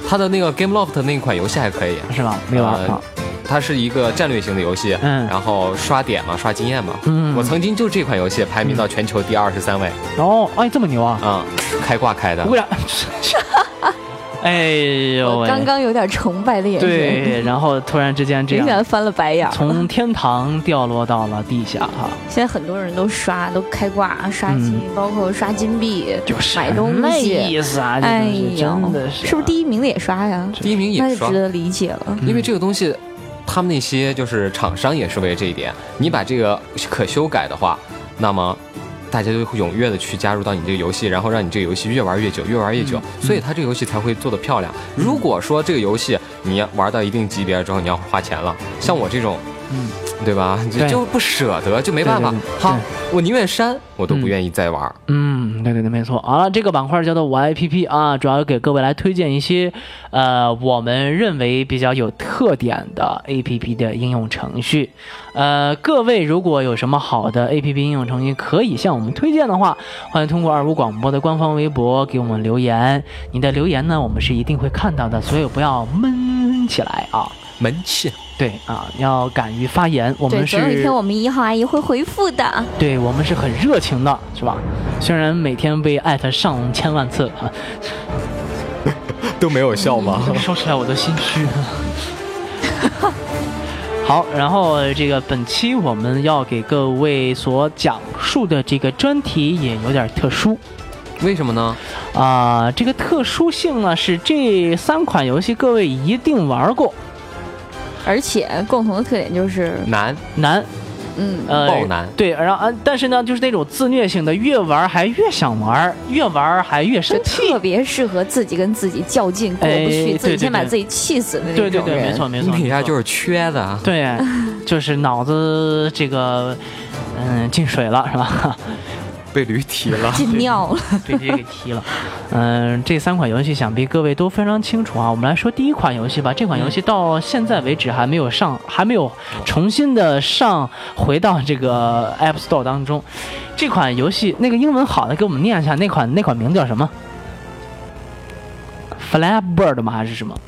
它的那个 Game Loft 那款游戏还可以，
是吧？没玩儿
呃
啊，
它是一个战略型的游戏，
嗯
然后刷点嘛，刷经验嘛。
嗯
我曾经就这款游戏排名到全球第二十三位
然后哎这么牛啊，
啊、开挂开的
为。啥？ 哎呦
我
喂，
刚刚有点崇拜的眼神，
对，然后突然之间这
仍然
样，
翻了白眼儿。
从天堂掉落到了地下哈。
现在很多人都刷，都开挂刷金，包括刷金币，
嗯就是
买东
那
西。
意思啊，这
哎
东西
呀
真的，是啊，
是不是第一名的也刷呀？
第一名
那
也
就
刷
值，得理解了。
因为
嗯
这个东西，他们那些就是厂商也是为了这一点，你把这个可修改的话，那么。大家就会踊跃的去加入到你这个游戏，然后让你这个游戏越玩越久，越玩越久，
嗯
所以它这个游戏才会做得漂亮。如果说这个游戏你要玩到一定级别之后，你要花钱了，像我这种
嗯，
对吧？就
对
就不舍得，就没办法
对对。对
好
对，
我宁愿删，我都不愿意再玩儿。
嗯，对对对，没错。好了，这个板块叫做我爱 PP 啊，主要给各位来推荐一些，呃，我们认为比较有特点的 APP 的应用程序。呃，各位如果有什么好的 APP 应用程序可以向我们推荐的话，欢迎通过二五广播的官方微博给我们留言。你的留言呢，我们是一定会看到的，所以不要闷起来啊。
门气，
对啊，要敢于发言。我
对，
们是
总有一天我们一号阿姨会回复的。
对我们是很热情的，是吧？虽然每天被艾特上千万次啊，
都没有笑吗？
说起来我都心虚。 好，然后这个本期我们要给各位所讲述的这个专题也有点特殊
为什么呢？
啊、这个特殊性呢是这三款游戏各位一定玩过，
而且共同的特点就是，
难，
难，
嗯，
呃，
爆难
对，然后啊，但是呢，就是那种自虐性的，越玩还越想玩，越玩还越生
就
气，
特别适合自己跟自己较劲过
哎
不去，自
对对
己先把
对
自己气死的那种
对
人。
对对，没错没错，
你
没
底下
错
就是缺的啊。
对，就是脑子这个，嗯，进水了是吧？
被驴踢了。
进尿了，
被这给踢了。嗯，这三款游戏想必各位都非常清楚啊。我们来说第一款游戏吧，这款游戏到现在为止还没有上，还没有重新的上回到这个 App Store 当中。这款游戏那个英文好的给我们念一下，那款那款名叫什么？Flapbird 吗？还是什么？
嗯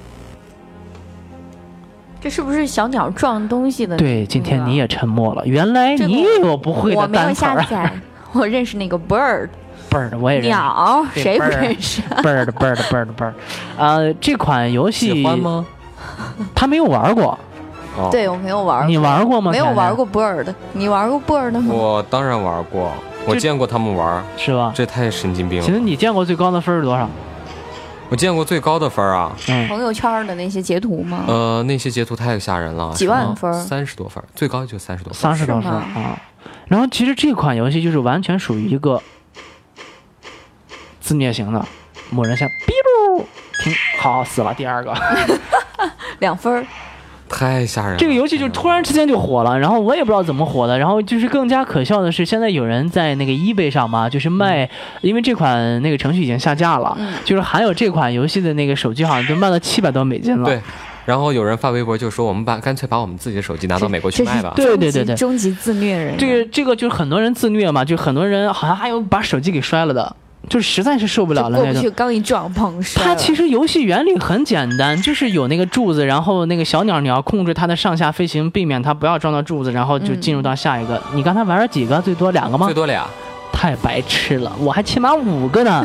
这是不是小鸟撞东西的？
对，今天你也沉默了。原来
这个
你也有不会
我
的
没
单
有
词
下
儿啊
载，我认识那个 bird
，bird 我也认识。
鸟，
对
谁不
bird
认识？啊
bird bird bird bird，呃，这款游戏
喜欢？吗？
他没有玩过，
哦，
对我没有玩过，
你玩过吗？
没有
甜甜
玩过 bird，你玩过 bird 吗？
我当然玩过，
嗯
我
这啊
见过他们玩儿，
是吧？
这太神经病
其实
了。
你见过最高的分是多少？
我见过最高的分儿啊，
嗯，
朋友圈的那些截图吗？
呃，那些截图太吓人了，啊
几万分儿
三十多分儿，最高就三十多分儿。
三十多分
是
儿
吗
啊。然后其实这款游戏就是完全属于一个自虐型的，某人像哔噜，挺好死了第二个。
两分儿，
太吓人了。
这个
嗯
游戏就突然之间就火了，然后我也不知道怎么火的。然后就是更加可笑的是，现在有人在那个 eBay 上嘛，就是卖，因为这款那个程序已经下架了，
嗯
就是含有这款游戏的那个手机好像都卖了七百多美金了。
对，然后有人发微博就说，我们把干脆把我们自己的手机拿到美国去
这
卖
是
吧。
对对
终
对
极
对
终极自虐人。
这个这个就是很多人自虐嘛，就很多人好像还有把手机给摔了的，就实在是受不
就
了了
过
那
不
种
去，。刚一撞，砰！摔
它
了
其实游戏原理很简单，就是有那个柱子，然后那个小鸟你要控制它的上下飞行，避免它不要撞到柱子，然后
嗯
就进入到下一个。你刚才玩了几个？最多两个吗
最？多俩，
太白痴了，我还起码五个 呢。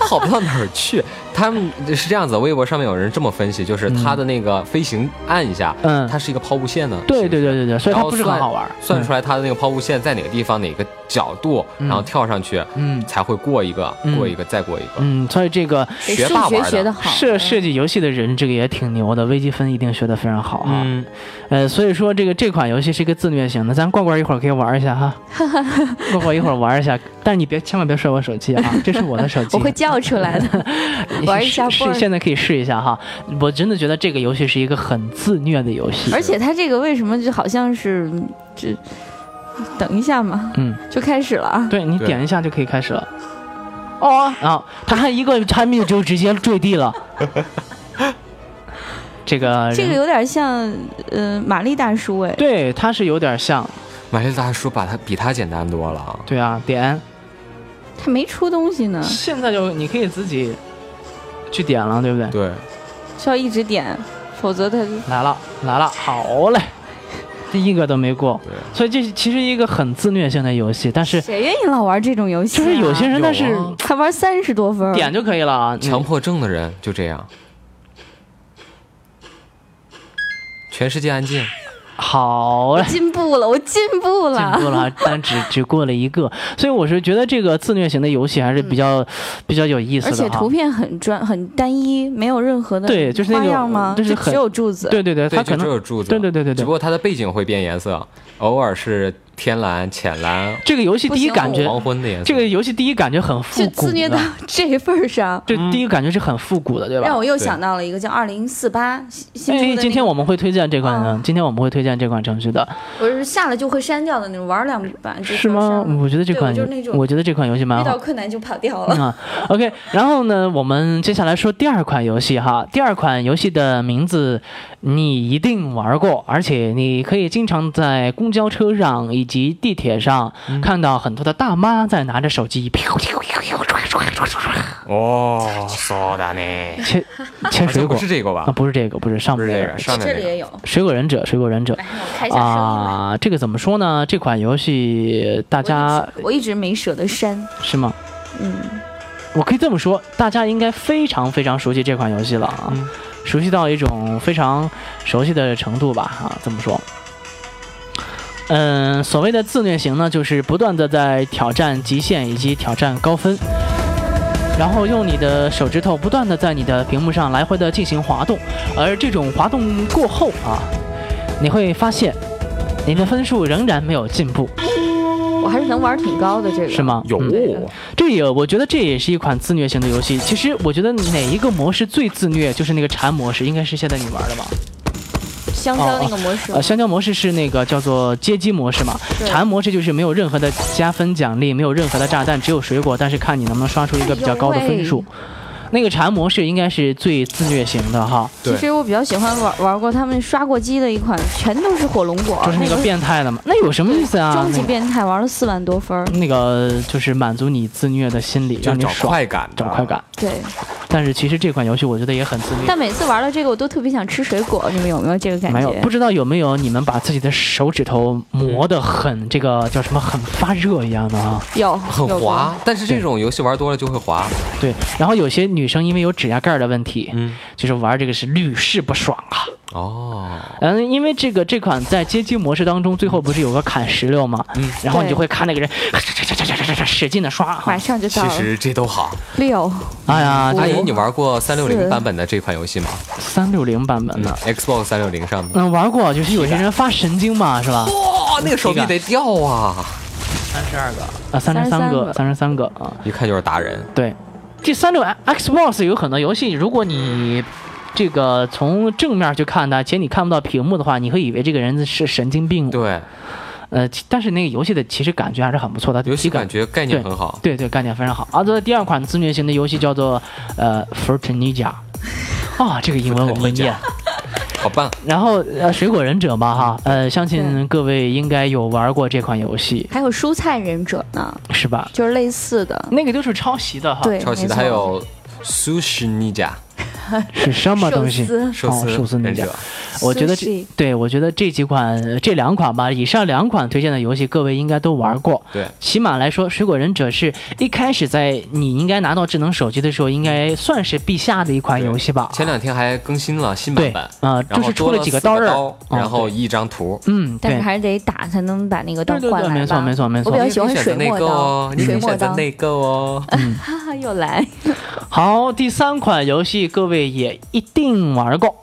好不到哪儿去。他们是这样子，微博上面有人这么分析，就是它的那个飞行按一下，
嗯
它是一个抛物线的，
对对对对对，所以
然
它
后
不是很
算
好玩
哦
儿。
算出来它的那个抛物线在哪个地方、哪个角度，然后跳上去，
嗯
才会过一个
嗯，
过一个，再过一个。
嗯，所以这个
对
学
哎数
霸
学
玩
学
的
的好，
设设计游戏的人，这个也挺牛的，微积分一定学得非常好啊。
嗯，
呃，所以说这个这款游戏是一个自虐型的，咱逛逛一会儿可以玩一下 哈，逛逛一会儿玩一下，但是你别千万别摔我手机 啊，这是我的手机，
我会叫出 来的。
你
玩一下
试
不
试
然
现在可以试一下哈，我真的觉得这个游戏是一个很自虐的游戏，
而且他这个为什么就好像是这？等一下嘛，
嗯，
就开始了啊！
对你
对
点一下就可以开始了。哦啊，他还一个产品就直接坠地 了，这个
这个
哎人
有点像，呃，玛丽大叔哎，
对，他是有点像，
玛丽大叔把它比它简单多了。
对啊，点。
他没出东西呢，
现在就你可以自己去点了，对不对？
对，
需要一直点。否则它
来了来了，好嘞，第一个都没过，
对
所以这是其实一个很自虐性的游戏，但是
谁愿意老玩这种游戏、
就
啊？
是有些人
有
他是
啊
还玩三十多分儿，
点就可以了啊，
强
你
迫症的人就这样。全世界安静，
好嘞。
进步了，我进步
进
了。
步了，啊但只只过了一个，所以我是觉得这个自虐型的游戏还是比较、比较有意思
嗯而
的啊
且
哈
图。片很专很单一，没有任何的
对就是那
花
种
样吗？
就是
只
很
有柱子。
对对对，
对，
它
就
可
只
能
有柱子，
对对对对对
只不过它的背景会变颜色，偶尔是天蓝、浅蓝、
这个游戏第一
不行
感觉，
黄昏的颜色。
这个游戏第一感觉很复
就
古
自虐到
的，
这份儿上，
这第一感觉是很复古的，对吧？
让我又
对
想到了一个叫《二零四八》新出的、那
哎，
个，
今天我们会推荐这款，嗯
啊
今天我们会推荐这款程序的，
我是下了就会删掉的那种，玩两把就是
吗
删了？
我觉得这
对
款
我就是那，种
我觉得这款游戏蛮
遇
好
到。困难就跑掉了。
啊，OK，然后呢，我们接下来说第二款游戏哈。第二款游戏的名字你一定玩过，而且你可以经常在公交车上以及地铁上看到很多的大妈在拿着手机，飘飘飘飘唰唰唰唰唰
哦，そうだね。
切切
好
水
像不
果
是这个吧
啊，？不是这个，不是上
不
面那个
是这个，上面
这
那
里
个。
也有，
水果忍者，水果忍者
来，我开一下声音吧。
啊，这个怎么说呢？这款游戏大
我
家
一直我一直没舍得删，
是吗？
嗯，
我可以这么说，大家应该非常非常熟悉这款游戏了啊，
嗯
熟悉到一种非常熟悉的程度吧啊，这么说。嗯，所谓的自虐型呢，就是不断的在挑战极限以及挑战高分，然后用你的手指头不断的在你的屏幕上来回的进行滑动，而这种滑动过后啊，你会发现你的分数仍然没有进步，
我还是能玩挺高的这个。
是？吗？
有
嗯这也我觉得这也是一款自虐型的游戏。其实我觉得哪一个模式最自虐，就是那个蝉模式，应该是现在你玩的吧？
香蕉那个模式吗
呃，，香蕉模式是那个叫做街机模式嘛，
对
蝉模式就是没有任何的加分奖励，没有任何的炸弹，只有水果，但是看你能不能刷出一个比较高的分数。那个蝉模式应该是最自虐型的哈，
其实我比较喜欢玩玩过他们刷过机的一款，全都是火龙果，
哦就是那个变态的嘛。那有什么意思啊？
终极
那个
变态，玩了四万多分儿。
那个就是满足你自虐的心理，
就
让
是
你
找
爽，
快感的，
找快感。
对，
但是其实这款游戏我觉得也很自虐。
但每次玩了这个，我都特别想吃水果，你们有没有这个感觉？
没有，不知道有没有你们把自己的手指头磨得很这个叫什么很发热一样的啊？
有
很
有过
滑，但是这种游戏玩多了就会滑。
对，然后有些女生因为有指甲盖儿的问题，
嗯，
就是玩这个是屡试不爽啊。
哦，
嗯，因为这个这款在街机模式当中，最后不是有个砍石榴吗？
嗯，
然后你
对
就会看那个人使劲的刷啊。
马上就到
哦其
了
实这都好。
六，
哎呀，
阿
这
姨，
个
你玩过三六
是
零版本的这款游戏吗？
三六零版本
嗯
的，
，Xbox 三六零上的。
嗯，玩过，就是有些人发神经嘛，是吧？
哇，那个手臂得掉啊！
三十二个啊，三十
33
三
个
个，三十三个啊。
一看就是达人。
对，第三六 Xbox 有很多游戏，如果你这个从正面去看它，且你看不到屏幕的话，你会以为这个人是神经病。
对，
呃，其但是那个游戏的其实感觉还是很不错的，
游戏
体
感觉概念
对
很好。
对对，概念非常好。啊，这第二款自虐型的游戏叫做呃 f o r t n i g a 啊，这个英文我会念。
好棒！
然后呃，水果忍者嘛哈，
嗯
呃，相信各位应该有玩过这款游戏
还有蔬菜忍者呢，
是吧？
就是类似的。
那个就是抄袭的哈，
对，
嗯抄袭的
没错
还有 Sushi Ninja
是什么东西
寿？司
寿司
哦寿司
忍
Ninja
者，
我觉得这
Sushi
对我觉得这几款呃这两款吧，以上两款推荐的游戏，各位应该都玩过。
对，
起码来说，《水果忍者》是一开始在你应该拿到智能手机的时候，应该算是必下的一款
对
游戏吧。
前两天还更新了新
对
版本，
啊，
然
就
后
是
多
出
了
几个
四刀
刀刃儿，啊
然后
对
一张图。
嗯，
但是
对。
还是得打才能把那个刀
对对
换
对，
来吧。
没错没错没
我比
错
较。
你
喜欢
可以选择
水
那
墨
个哦
刀，
你可
水
以
墨
选择
刀
那个哦。
哈哈，又来。
好，第三款游戏各位也一定玩过，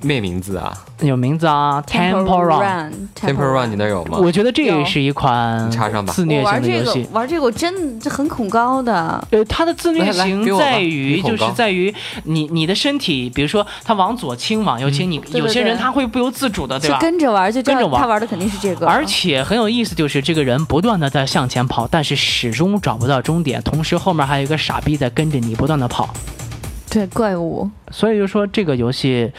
咩名字啊
有名字啊
Temple
，Temple Run。
？Temple Run 你那儿有吗？
我觉得这也
有
是一款
你插上吧
自
我
虐型
玩
的
这
游
个
戏。
玩这个，我真的很恐高的。
呃，它的自虐
来来
型
给我吧
在于
你恐
就是
高
在于你你的身体，比如说它往左倾往右
嗯
倾，你
对
有些人
对
他会不由自主的，对
就
吧？
跟着玩，就知
跟着
道
玩
他玩的肯定是这个。
而且很有意思，就是这个人不断的在向前跑，但是始终找不到终点，同时后面还有一个傻逼在跟着你不断的跑，
对怪物，
所以就说这个游戏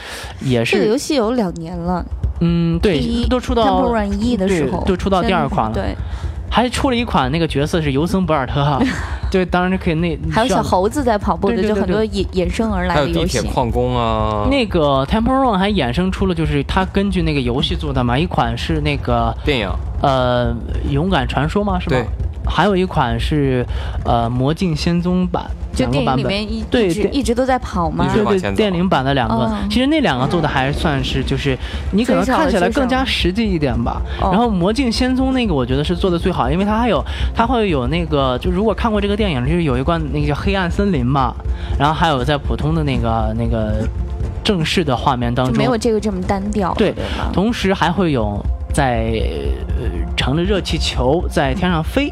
也
这个
是，
游戏有两年了，
嗯，
第
对
一，
都出
Temple
到
Run 一的时
对
候
都出到
真
第二款了
对，
还出了一款那个角色是尤森博尔特哈，啊对，当然就可以那
还有
需要
小猴子在跑步的，
对对
就
对
很多
对
衍衍生而来
还有
的
地
游
铁
戏。
矿工啊，
那个 Temple Run 还衍生出了，就是它根据那个游戏做的嘛，一款是那个
电影
呃《勇敢传说》吗？是吧？
对。
还有一款是呃《魔镜仙踪》版，
就
两个
电影
版
里
本
面一
对
一直
电
一直都在跑嘛
一，直
对
往
对，
前走
电影版的两个
哦，
其实那两个做的还算是就是你可能
追上了
看起来
追上
更加实际一点吧。
哦
然后《魔镜仙踪》那个我觉得是做的最好，因为它还有它会有那个，就如果看过这个电影，就是有一关那个叫黑暗森林嘛，然后还有在普通的那个那个正式的画面当
就
中，
没有这个这么单调，
对
吗？
同时还会有在呃乘着热气球在天上飞。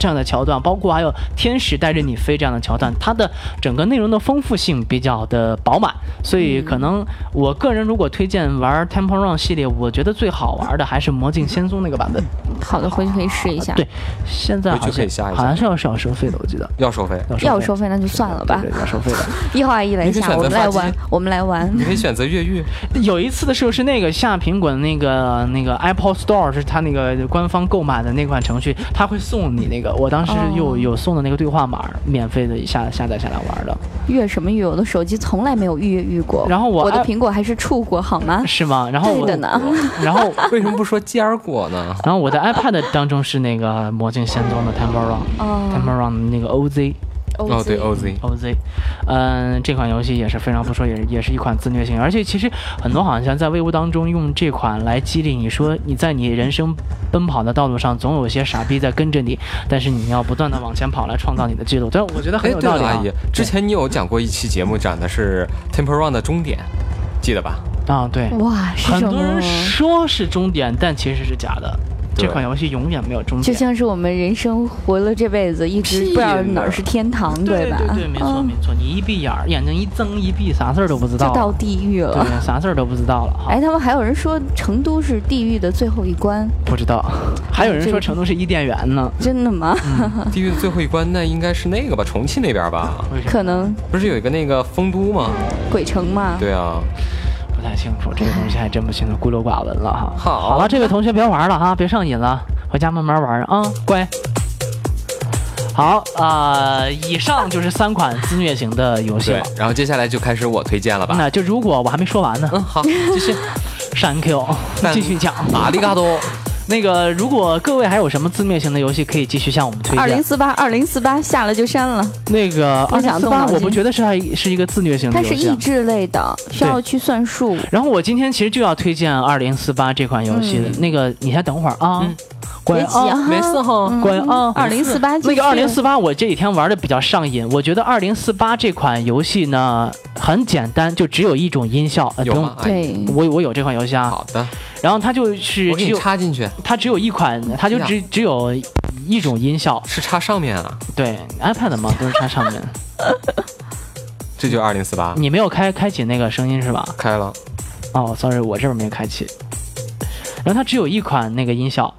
这样的桥段，包括还有天使带着你飞这样的桥段，它的整个内容的丰富性比较的饱满，所以可能我个人如果推荐玩 Temple Run 系列，我觉得最好玩的还是《魔镜仙踪》那个版本。
好的，回去可以试一下。
对，现在好
回去
像
可以下一下
好像是要是要收费的，我记得
要收费，
要收费那就算了吧
对，对要收费的。
一号阿姨来一
你可以
下，
选择
我们
发
来
机
玩，我们来玩。
你可以选择越狱。
有一次的时候是那个下苹果的那个那个 Apple Store 是它那个官方购买的那款程序，它会送你那个，我当时有、
哦
有送的那个对话码，免费的下下载下来玩的，
越什么越？我的手机从来没有越狱过。
然后我
我的
爱
苹果还是触过，好吗？
是吗？然后
对
我
的呢，
然后
为什么不说坚儿果 呢？
然后我的 iPad 当中是那个《魔镜仙踪》的 Temple Run，Temple、
哦
Run 那个 OZ
哦，对，OZ，
OZ，嗯，这款游戏也是非常不错，也也是一款自虐型，而且其实很多好像在 v 屋当中用这款来激励你说你在你人生奔跑的道路上总有些傻逼在跟着你，但是你要不断的往前跑来创造你的记录，但我觉得很
哎，
有
对
道理
了，
啊。
阿姨，之前你有讲过一期节目，讲的是 Temple Run 的终点，记得吧？
啊，对，
哇，嗯是
很
什
多
么
人？说是终点，但其实是假的。
对
这款游戏永远没有终
就
点。
像是我们人生活了这辈子，一直
屁
不知道哪
呢
儿是天堂，
对
吧？
对，没错
嗯
没错，你一闭眼儿，眼睛一睁一闭，啥事儿都不知道
就到
了，
地狱了。
对，啥事儿都不知道了。哈
哎，，他们还有人说成都是地狱的最后一关，
不知道， 还有人
这
说
个
成都是伊甸园呢，
真的吗？
嗯
地狱的最后一关，那应该是那个吧，重庆那边吧？
为什么
可能
不是有一个那个丰都吗？
嗯
鬼城嘛。
对啊，
不太清楚，
哎
这个东西还真不清楚，孤陋寡闻了哈。
好
好了，这位同学别玩了哈，别上瘾了，回家慢慢玩啊、乖。好，呃，以上就是三款自虐型的游戏
对
了。，嗯
然后接下来就开始我推荐了吧。
那就如果我还没说完呢，
嗯，好，继续。
闪 Q
但
继续讲。
阿里嘎
啊
多，
那个，如果各位还有什么自虐型的游戏，可以继续向我们推
二零
荐。
四八，二零四八下了就删了。
那个
不
二零
想
四
动
八，
脑筋
我不觉得是它是一个自虐型的
它
游
是
戏
益
啊。
智类的，需要去算数。
然后我今天其实就要推荐二零四八这款游戏的。那个，你先等会儿啊，
嗯
乖
嗯别急
啊，
啊，
没事哈。
乖啊，
二零四八
那个二零四八，我这几天玩的比较上瘾。我觉得二零四八这款游戏呢很简单，就只有一种音效，呃、不
有
用
吗？。阿姨，
对，
我我有这款游戏啊，
好的，
然后它就是
我给
只
你
有
插进去，
它只有一款，它就只只有一种音效。
是插上面啊，
对，iPad 嘛都是插上 面。
这就是二零四八。
你没有开开启那个声音是吧？
开了，
哦，sorry，我这边没有开启。然后它只有一款那个音效，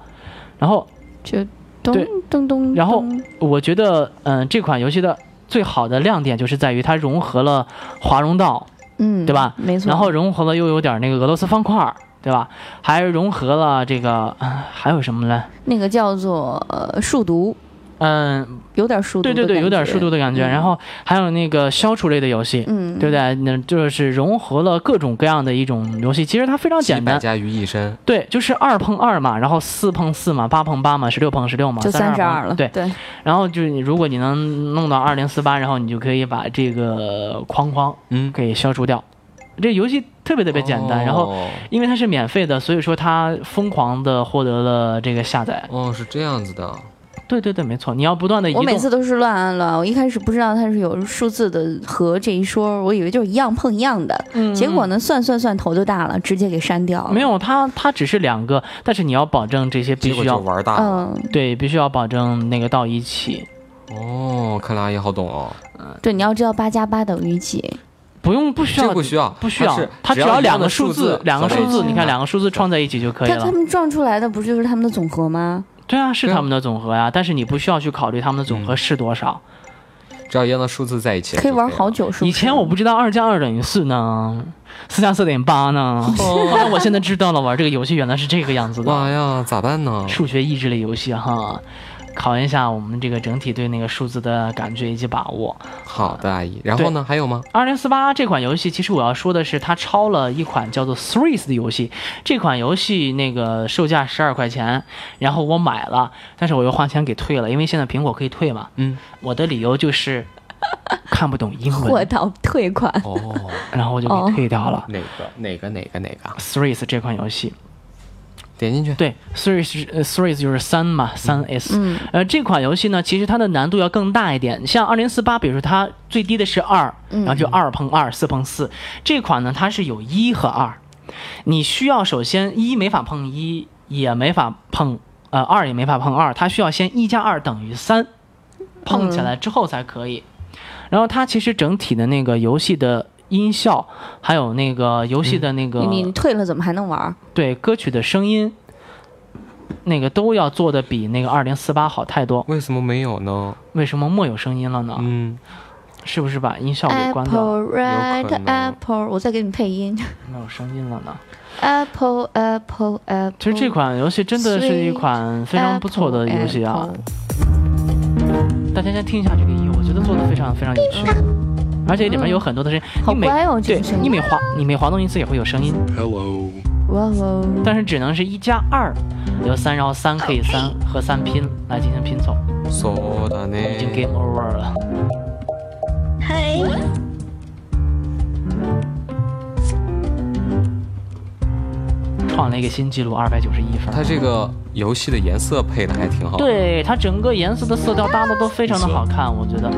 然后
就咚
对
咚咚，
然后
咚
我觉得，嗯、这款游戏的最好的亮点就是在于它融合了华容道。
嗯，
对吧
没错。
然后融合了又有点那个俄罗斯方块儿，对吧？还融合了这个 啊还有什么呢？
那个叫做呃数独，
嗯，
有点数独，
对对对，有点速度。的感觉。
嗯
然后还有那个消除类的游戏，
嗯，
对不对？那就是融合了各种各样的一种游戏，其实它非常
几
简
百
单。
家于一身，
对，就是二碰二嘛，然后四碰四嘛，八碰八嘛，十六碰十六嘛，
就三
十
十二了。
对，
对，
然后就是你如果你能弄到二零四八，然后你就可以把这个框框
嗯，
给消除掉。这游戏特别特
特
别简单，
哦
然后
哦
因为它是免费的，所以说它疯狂的获得了这个下载。
哦，是这样子的，
对对对，没错，你要不断的移
我
动
每。次都是乱按了，我一开始不知道它是有数字的和这一说，我以为就是一样碰一样的，结果呢算算算头就大了，直接给删掉了。
嗯没，有它，它只是两个，但是你要保证这些必
结果
须
就
要
玩大了。
嗯，
对，必须要保证那个到一起，
哦，看来阿姨好懂哦。
对，你要知道八加八等于几，
不用不需
这
要
不需要，
不需要，它
它
只要两个
数
字，两个
合在
数
一
字，
起
你看两个数字撞在一起就可以
但他
了。
们撞出来的不就是他们的总和吗？
对啊，是
对啊
他们的总和呀，但是你不需要去考虑他们的总和是多少。
只要一样的数字在一起，
可以玩好。久，是不是？
以前我不知道二加二等于四呢，四加四等于八呢， 后来我现在知道了，玩这个游戏原来是这个样子的。
哦哇呀，咋办呢？
数学益智类游戏哈。考验一下我们这个整体对那个数字的感觉以及把握。
好的，阿姨。然后呢？还有吗？
二零四八这款游戏，其实我要说的是，它抄了一款叫做 Threes 的游戏。这款游戏那个售价十二块钱，然后我买了，但是我又花钱给退了，因为现在苹果可以退嘛。
嗯，
我的理由就是看不懂英
货
文，
到退款。
哦，
然后我就给退掉了。
哪个？哪个？哪个？哪个？
Threes 这款游戏，
点进去。嗯
对，Threes 呃 Threes 就是三嘛，三 S。呃，
嗯
这款游戏呢，其实它的难度要更大一点。像二零四八，比如说它最低的是二，
嗯
然后就二碰二，四碰四。这款呢，它是有一和二，你需要首先一没法碰一，也没法碰呃二也没法碰二，它需要先一加二等于三，碰起
嗯
来之后才可以。然后它其实整体的那个游戏的音效，还有那个游戏的
嗯
那个、
你你退了怎么还能玩儿？
对歌曲的声音，那个都要做的比那个二零四八好太多。
为什么没有呢？
为什么没有声音了呢？
嗯，
是不是把音效给关掉了？
Apple
可
Red
能
Apple，我再给你配 音。
没有声音了呢？
Apple Apple Apple。
其实这款游戏真的是一款非常不错的游戏啊！
Apple，Apple
大家先听一下这个音乐，我觉得做的非常非常有趣，而且里面有很多的声音，
嗯好
你每
乖哦这
对
个声音
你每滑你每滑动一次也会有声音，
Hello，
哇哦！
但是只能是一加二有三，然后三可以三和三拼来进行拼凑，
そうだ
已经
ね。
game over 了。创了一个新纪录，二百九十一分。
它这个游戏的颜色配的还挺好。，
对它整个颜色的色调搭的都非常的好看，我觉得。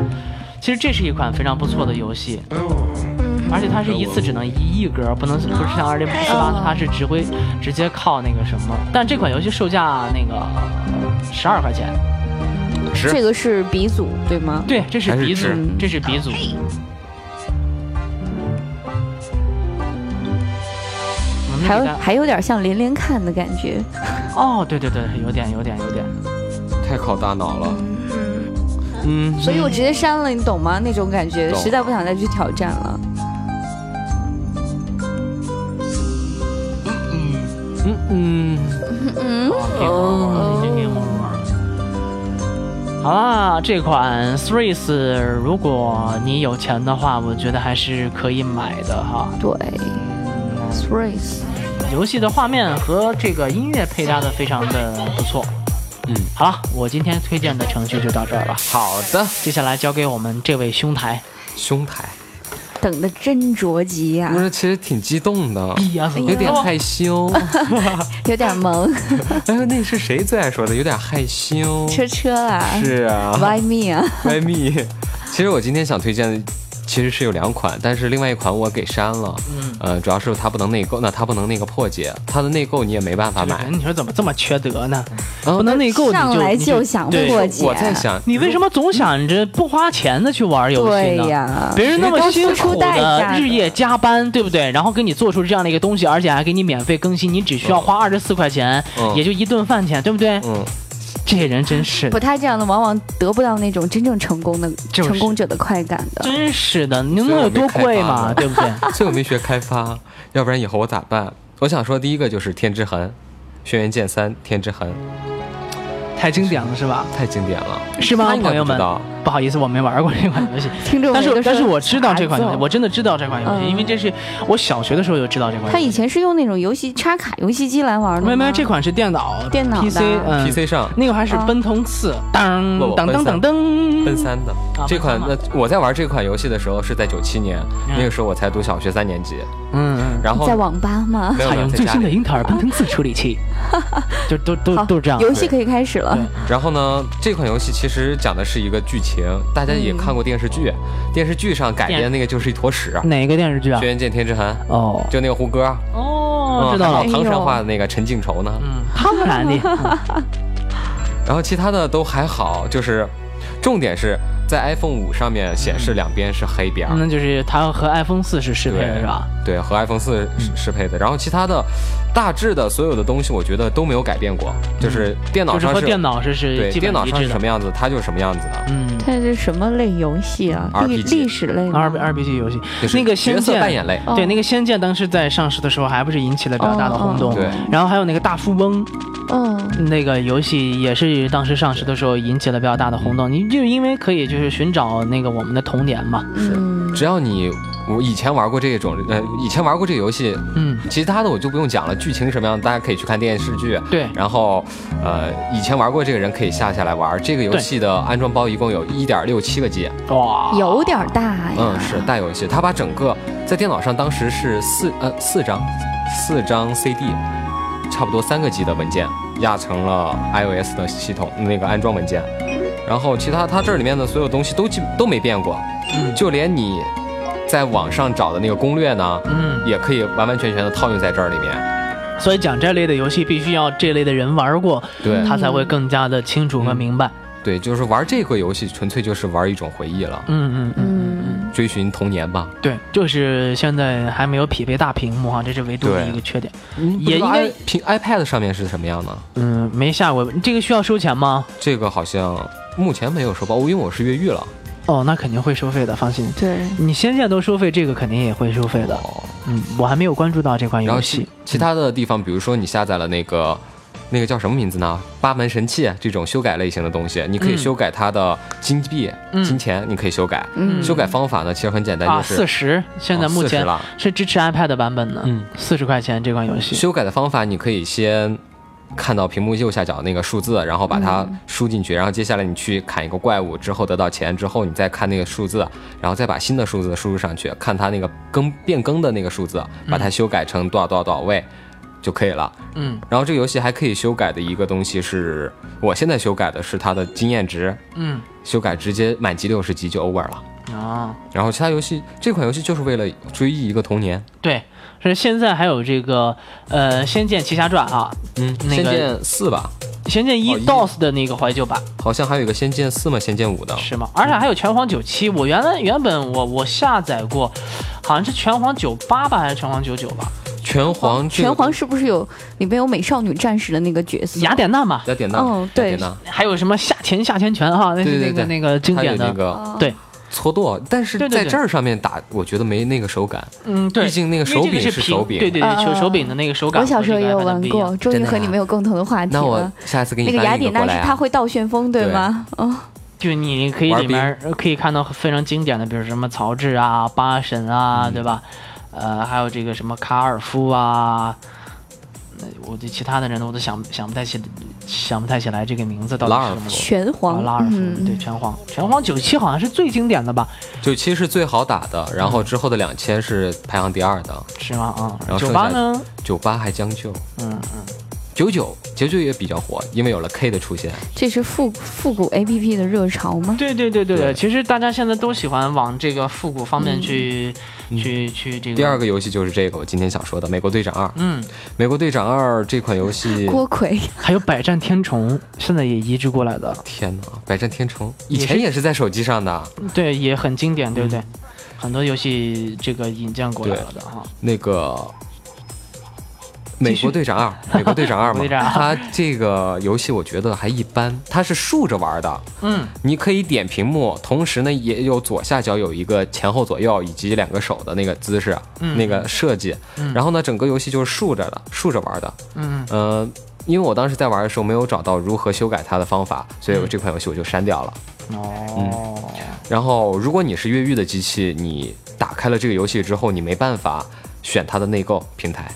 其实这是一款非常不错的游戏，而且它是一次只能一亿格，不能不是像二零四八，它是直接直接靠那个什么。但这款游戏售价那个呃十二块钱，
十
这个是鼻祖对吗？
对，这是
还是
鼻祖
值，
这是鼻祖。我们
还
给
有
大家
还有点像连连看的感觉。
哦，对对对，有点有点有点。
太考大脑了。嗯，
所以我直接删了，你懂吗？那种感觉，
懂
实在不想再去挑战了。
嗯
嗯，
哦好啦，这款 Threes，如果你有钱的话，我觉得还是可以买的哈。
对，Threes，
游戏的画面和这个音乐配搭的非常的不错。
嗯，
好了，我今天推荐的程序就到这儿了。
好的，
接下来交给我们这位兄台，
兄台，
等的真着急呀
我，说其实挺激动的，
哎
呀死
有点害羞。
有 点萌，
哎呦，那是谁最爱说的？有点害羞。
车车啊
是啊
，Why me 啊？
，Why me？其 实我今天想推荐的其实是有两款，但是另外一款我给删了。
嗯，
呃，主要是它不能内购，那它不能那个破解，它的内购你也没办法买。
你说怎么这么缺德呢？
嗯
不能内购你就
上来
你就
就想
对
破解，
我在想，
你为什么总想着不花钱的去玩游戏
对
呢？
呀，
别人那么辛
付
苦
出代
的
价的
日夜加班，对不对？然后给你做出这样的一个东西，而且还给你免费更新，你只需要
哦
花二十四块钱，
嗯
也就一顿饭钱，对不对？
嗯，
这些人真是
不，
的，
他这样的往往得不到那种真正成功的、
就是
成功者的快感的。
真是
哦
的，你能有多贵嘛？
所
对不 对？
所以我没学开发，要不然以后我咋办？我想说，第一个就是《天之痕》，《轩辕剑三》《天之痕
太经典了是吧？》
太经典了，
是吗，
他应该
朋友
不
们
知道？
不好意思，我没玩过这款游戏，
听众
但
们
是
都
但是
说
我知道这款游戏，
啥
我真的知道这款游戏，
嗯
因为这是我小学的时候就知道这款游戏。
他以前是用那种游戏插卡游戏机来玩的吗。
没没，这款是电脑
电脑的
PC 嗯
PC 上
那个还是
啊
奔腾四，当
不不
当当当当，
奔三的、
啊
这款，
奔
那
三
我在玩这款游戏的时候是在九七年、
嗯
那个时候我才读小学三年级，
嗯嗯。
然后
在网吧吗？
没有
采
没有
用
在
最
家
新的
里。
英特尔奔腾四处理 器，就都都
好
都是这样。
游戏可以开始了。
然后呢，这款游戏其实讲的是一个剧情，大家也看过电视剧，
嗯
电视剧上改编那个就是一坨屎，
哪个电视剧啊
《？轩辕剑天之痕》
哦
就那个胡歌，
哦，
嗯
知道
还
了
哎
有。唐山话的那个陈敬仇呢。
嗯，当然的，
然后其他的都还好，就是重点是在 iPhone 五上面显示两边是黑边儿，
那就是它和 iPhone 四嗯是适配的，
对
是吧？？嗯
对，和 iPhone 四适适配的。然后其他的大致的所有的东西，我觉得都没有改变过，就是电脑
嗯就是
上
和
是
电脑是是
对
基
电
本
脑
一
上
致
是什
的
么。样子，它就是什么样子的。
嗯
它是什么类游戏啊？历
RPG
历史类吗
，R R P G 游戏
就，是
那个《
角
仙
色
剑》
扮演类，
对，
哦
那个《仙剑》当时在上市的时候，还不是引起了比较大的轰动。
哦哦对
然后还有那个大富翁，
嗯，
那个游戏也是当时上市的时候引起了比较大的轰动，你就因为可以就是寻找那个我们的童年嘛，
嗯
只要你我以前玩过这种，呃，以前玩过这个游戏，
嗯，
其他的我就不用讲了，剧情什么样，大家可以去看电视剧。
对，
然后，呃，以前玩过这个人可以下下来玩这个游戏的安装包，一共有一点六七个 G，
哇，
有点大呀。
嗯，是大游戏。它把整个在电脑上当时是四呃四张，四张 CD，差不多三个 G 的文件压成了 iOS 的系统那个安装文件。然后其他它这里面的所有东西都基都没变过，
嗯
就连你在网上找的那个攻略呢，
嗯，
也可以完完全全的套用在这儿里面。
所以讲这类的游戏必须要这类的人玩过，
对
嗯他才会更加的清楚和明白。
对，就是玩这个游戏，纯粹就是玩一种回忆了，
嗯嗯嗯嗯，
嗯，
追寻童年吧。
对，就是现在还没有匹配大屏幕啊哈，这是唯独的
对
一个缺点。
嗯
也应该
平 iPad 上面是什么样呢？
嗯，没下过这个需要收钱吗？
这个好像目前没有收包，因为我是越狱了。
哦，那肯定会收费的，放心。
对，
你仙剑都收费，这个肯定也会收费的。
哦
嗯，我还没有关注到这款
然
游
后
戏嗯
其。其他的地方，比如说你下载了那个那个叫什么名字呢？八门神器啊这种修改类型的东西，你可以
嗯
修改它的金币、
嗯
金钱，你可以修改。
嗯，
修改方法呢，其实很简单，
啊，
就是
四十，现在
哦
目
40
前
了。
是支持 iPad 版本的，
嗯，
四十块钱这款游戏。
修改的方法，你可以先看到屏幕右下角那个数字，然后把它
嗯
输进去，然后接下来你去砍一个怪物之后得到钱之后，你再看那个数字，然后再把新的数字输入上去，看它那个更变更的那个数字，把它修改成多少多少多少位。就可以了。
嗯
然后这个游戏还可以修改的一个东西是，我现在修改的是它的经验值，
嗯
修改直接满级六十级就 over 了。
啊，
然后其他游戏，这款游戏就是为了追忆一个童年。
对，是现在还有这个呃《仙剑奇侠传》啊，
嗯，
那个
仙剑四吧，
《仙剑一
哦一
DOS》的那个怀旧版
好像还有一个仙剑四吗？仙剑五的。
是吗？而且还有《拳皇九七》，我原来原本我我下载过，好像是《拳皇九八》吧，还是《拳皇九九》吧？
拳皇，
哦拳皇是不是有里面有美少女战士的那个角色？
雅典娜嘛，
雅典娜，
哦对
雅典娜，
还有什么夏前夏前拳哈，那是那
对对
个
对
那个经
它有
典
那
的，
哦
个
对，
搓剁，但是
对对
在
对
这儿上面打，我觉得没那个手感。
嗯，对，
毕竟那个
因为
手
这
柄
是
是
平
手柄
对对对，
嗯
手
嗯
手柄的那个手感
我
和这个 iPad 不一
小时候
样。
也有玩过，终于
真的
和你
啊
们有共同的话题
那我
了。
下次给
嗯那
你
个
搬
雅
一
典娜
过
是
啊
来啊
她会倒旋风，对
对
吗？哦，
就你可以
玩
里面可以看到非常经典的，比如什么曹志啊、八神啊，
嗯
对吧？呃，还有这个什么卡尔夫啊，那我对其他的人我都想想不太起，想不太起来这个名字到底
拉尔
是什么。
拳
啊
皇，
拉尔夫、对
嗯，
拳皇，拳皇九七好像是最经典的吧？
九七是最好打的，然后之后的两千是排行第二的，
是吗？啊、
然
九
后剩
八
下
呢？
九八还将就，
嗯嗯，
九九九九也比较火，因为有了 K 的出现。
这是复复古 A P P 的热潮吗？
对对对对对，
对
其实大家现在都喜欢往这个复古方面去、去去这个。
第二，个游戏就是这个，我今天想说的《美国队长二》。
嗯，
《美国队长二》这款游戏，
锅盔，
还有百战天虫，现在也移植过来的。
天哪，百战天虫以
也是
前也是在手机上的。
对，也很经典，
嗯
对不对？很多游戏这个引荐过来了的哈。
那个《美国 队长二》，《美国队长二》
美国队长
嘛，它这个游戏我觉得还一般，它是竖着玩的，
嗯，
你可以点屏幕，同时呢也有左下角有一个前后左右以及两个手的那个姿势，啊
嗯
那个设计，
嗯
然后呢整个游戏就是竖着的，竖着玩的，
嗯，
嗯。因为我当时在玩的时候没有找到如何修改它的方法，所
嗯
以我这款游戏我就删掉了。
哦，
然后，如果你是越狱的机器，你打开了这个游戏之后，你没办法选它的内购平台。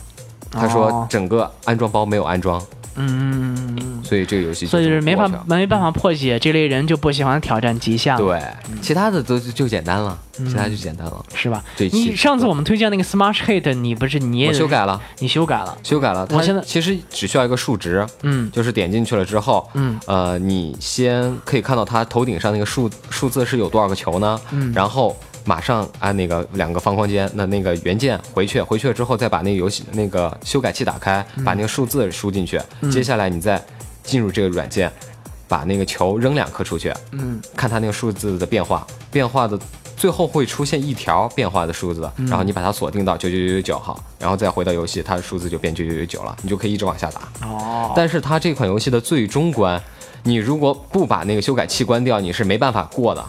他说
哦，
整个安装包没有安装，
嗯嗯嗯嗯，
所以这个游戏
所以就是没
这么
法
过去了
没办法破解，这类人就不喜欢挑战极限，，嗯
对，其他的都就简单了，其他就简单了。
是吧？
对其
你
实
上次我们推荐那个 Smash Hit，你不是你也
我修，改了，
你修改了，
修改了。它
现在
其实只需要一个数值，
嗯
就是点进去了之后，
嗯，
呃，你先可以看到它头顶上那个数数字是有多少个球呢？
嗯
然后马上按那个两个方框间，那那个原件回去，回去了之后再把那个游戏那个修改器打开，
嗯
把那个数字输进去，接下来你再进入这个软件，把那个球扔两颗出去，
嗯
看它那个数字的变化，变化的最后会出现一条变化的数字，
嗯
然后你把它锁定到九九九九九号，然后再回到游戏，它的数字就变九九九九了，你就可以一直往下打。
哦，
但是它这款游戏的最终关，你如果不把那个修改器关掉，你是没办法过的。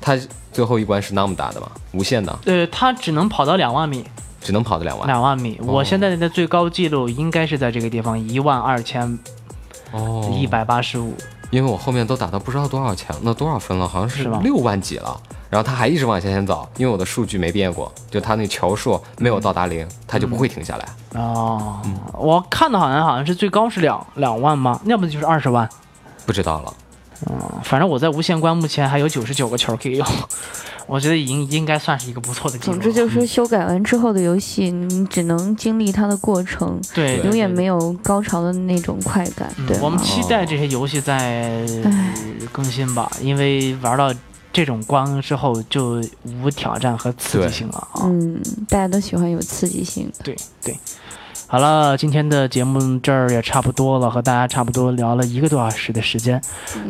它最后一关是那么打的嘛，无限的，
呃，他只能跑到两万米，
只能跑到两万。
两万米。我现在的最高记录应该是在这个地方一万二千
哦，
一百八十五。
因为我后面都打到不知道多少强，那多少分了，好像是
是吗
六万几了。然后他还一直往前前走，因为我的数据没变过，就他那球数没有到达零，他就不会停下来。
哦，我看的好像好像是最高是两两万吗？要么就是二十万。
不知道了，
反正我在无限关目前还有九十九个球可以用， 我觉得已经应该算是一个不错的记录
总
了。
之就是说，修改完之后的游戏，你只能经历它的过程，
对，对
永远
对
没有高潮的那种快感，对
嗯，我们
吗哦哎
期待这些游戏在
唉
更新吧，因为玩到这种光之后就无挑战和刺激性了啊。
嗯，大家都喜欢有刺激性的。
对对。好了，今天的节目这儿也差不多了，和大家差不多聊了一个多小时的时间，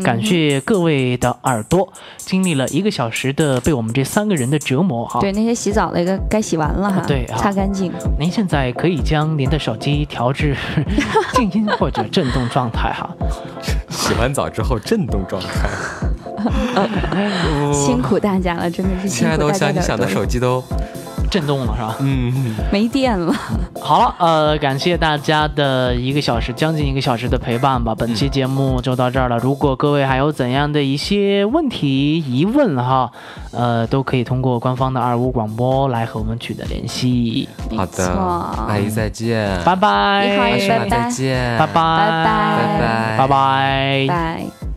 感谢各位的耳朵，经历了一个小时的被我们这三个人的折磨哈。
对那些洗澡的该该洗完了哈，
对啊
擦干净。
您现在可以将您的手机调至 静音或者震动状态哈。
洗完澡之后震动状态。
辛
哦
苦大家了，真的是辛
亲爱
苦
的，我
大
想
家
你
的
想的
耳朵
手机都，
震动了是吧？
嗯，
没电了，
好了，呃，感谢大家的一个小时，将近一个小时的陪伴吧。本期节目就到这儿了。如果各位还有怎样的一些问题、疑问哈，呃，都可以通过官方的二五广播来和我们取得联系。
好
没
的，哎
错
阿姨再见，
拜
你好
拜，
拜
阿
拜
诗玛再见，
拜拜，
拜
拜拜
拜拜
拜。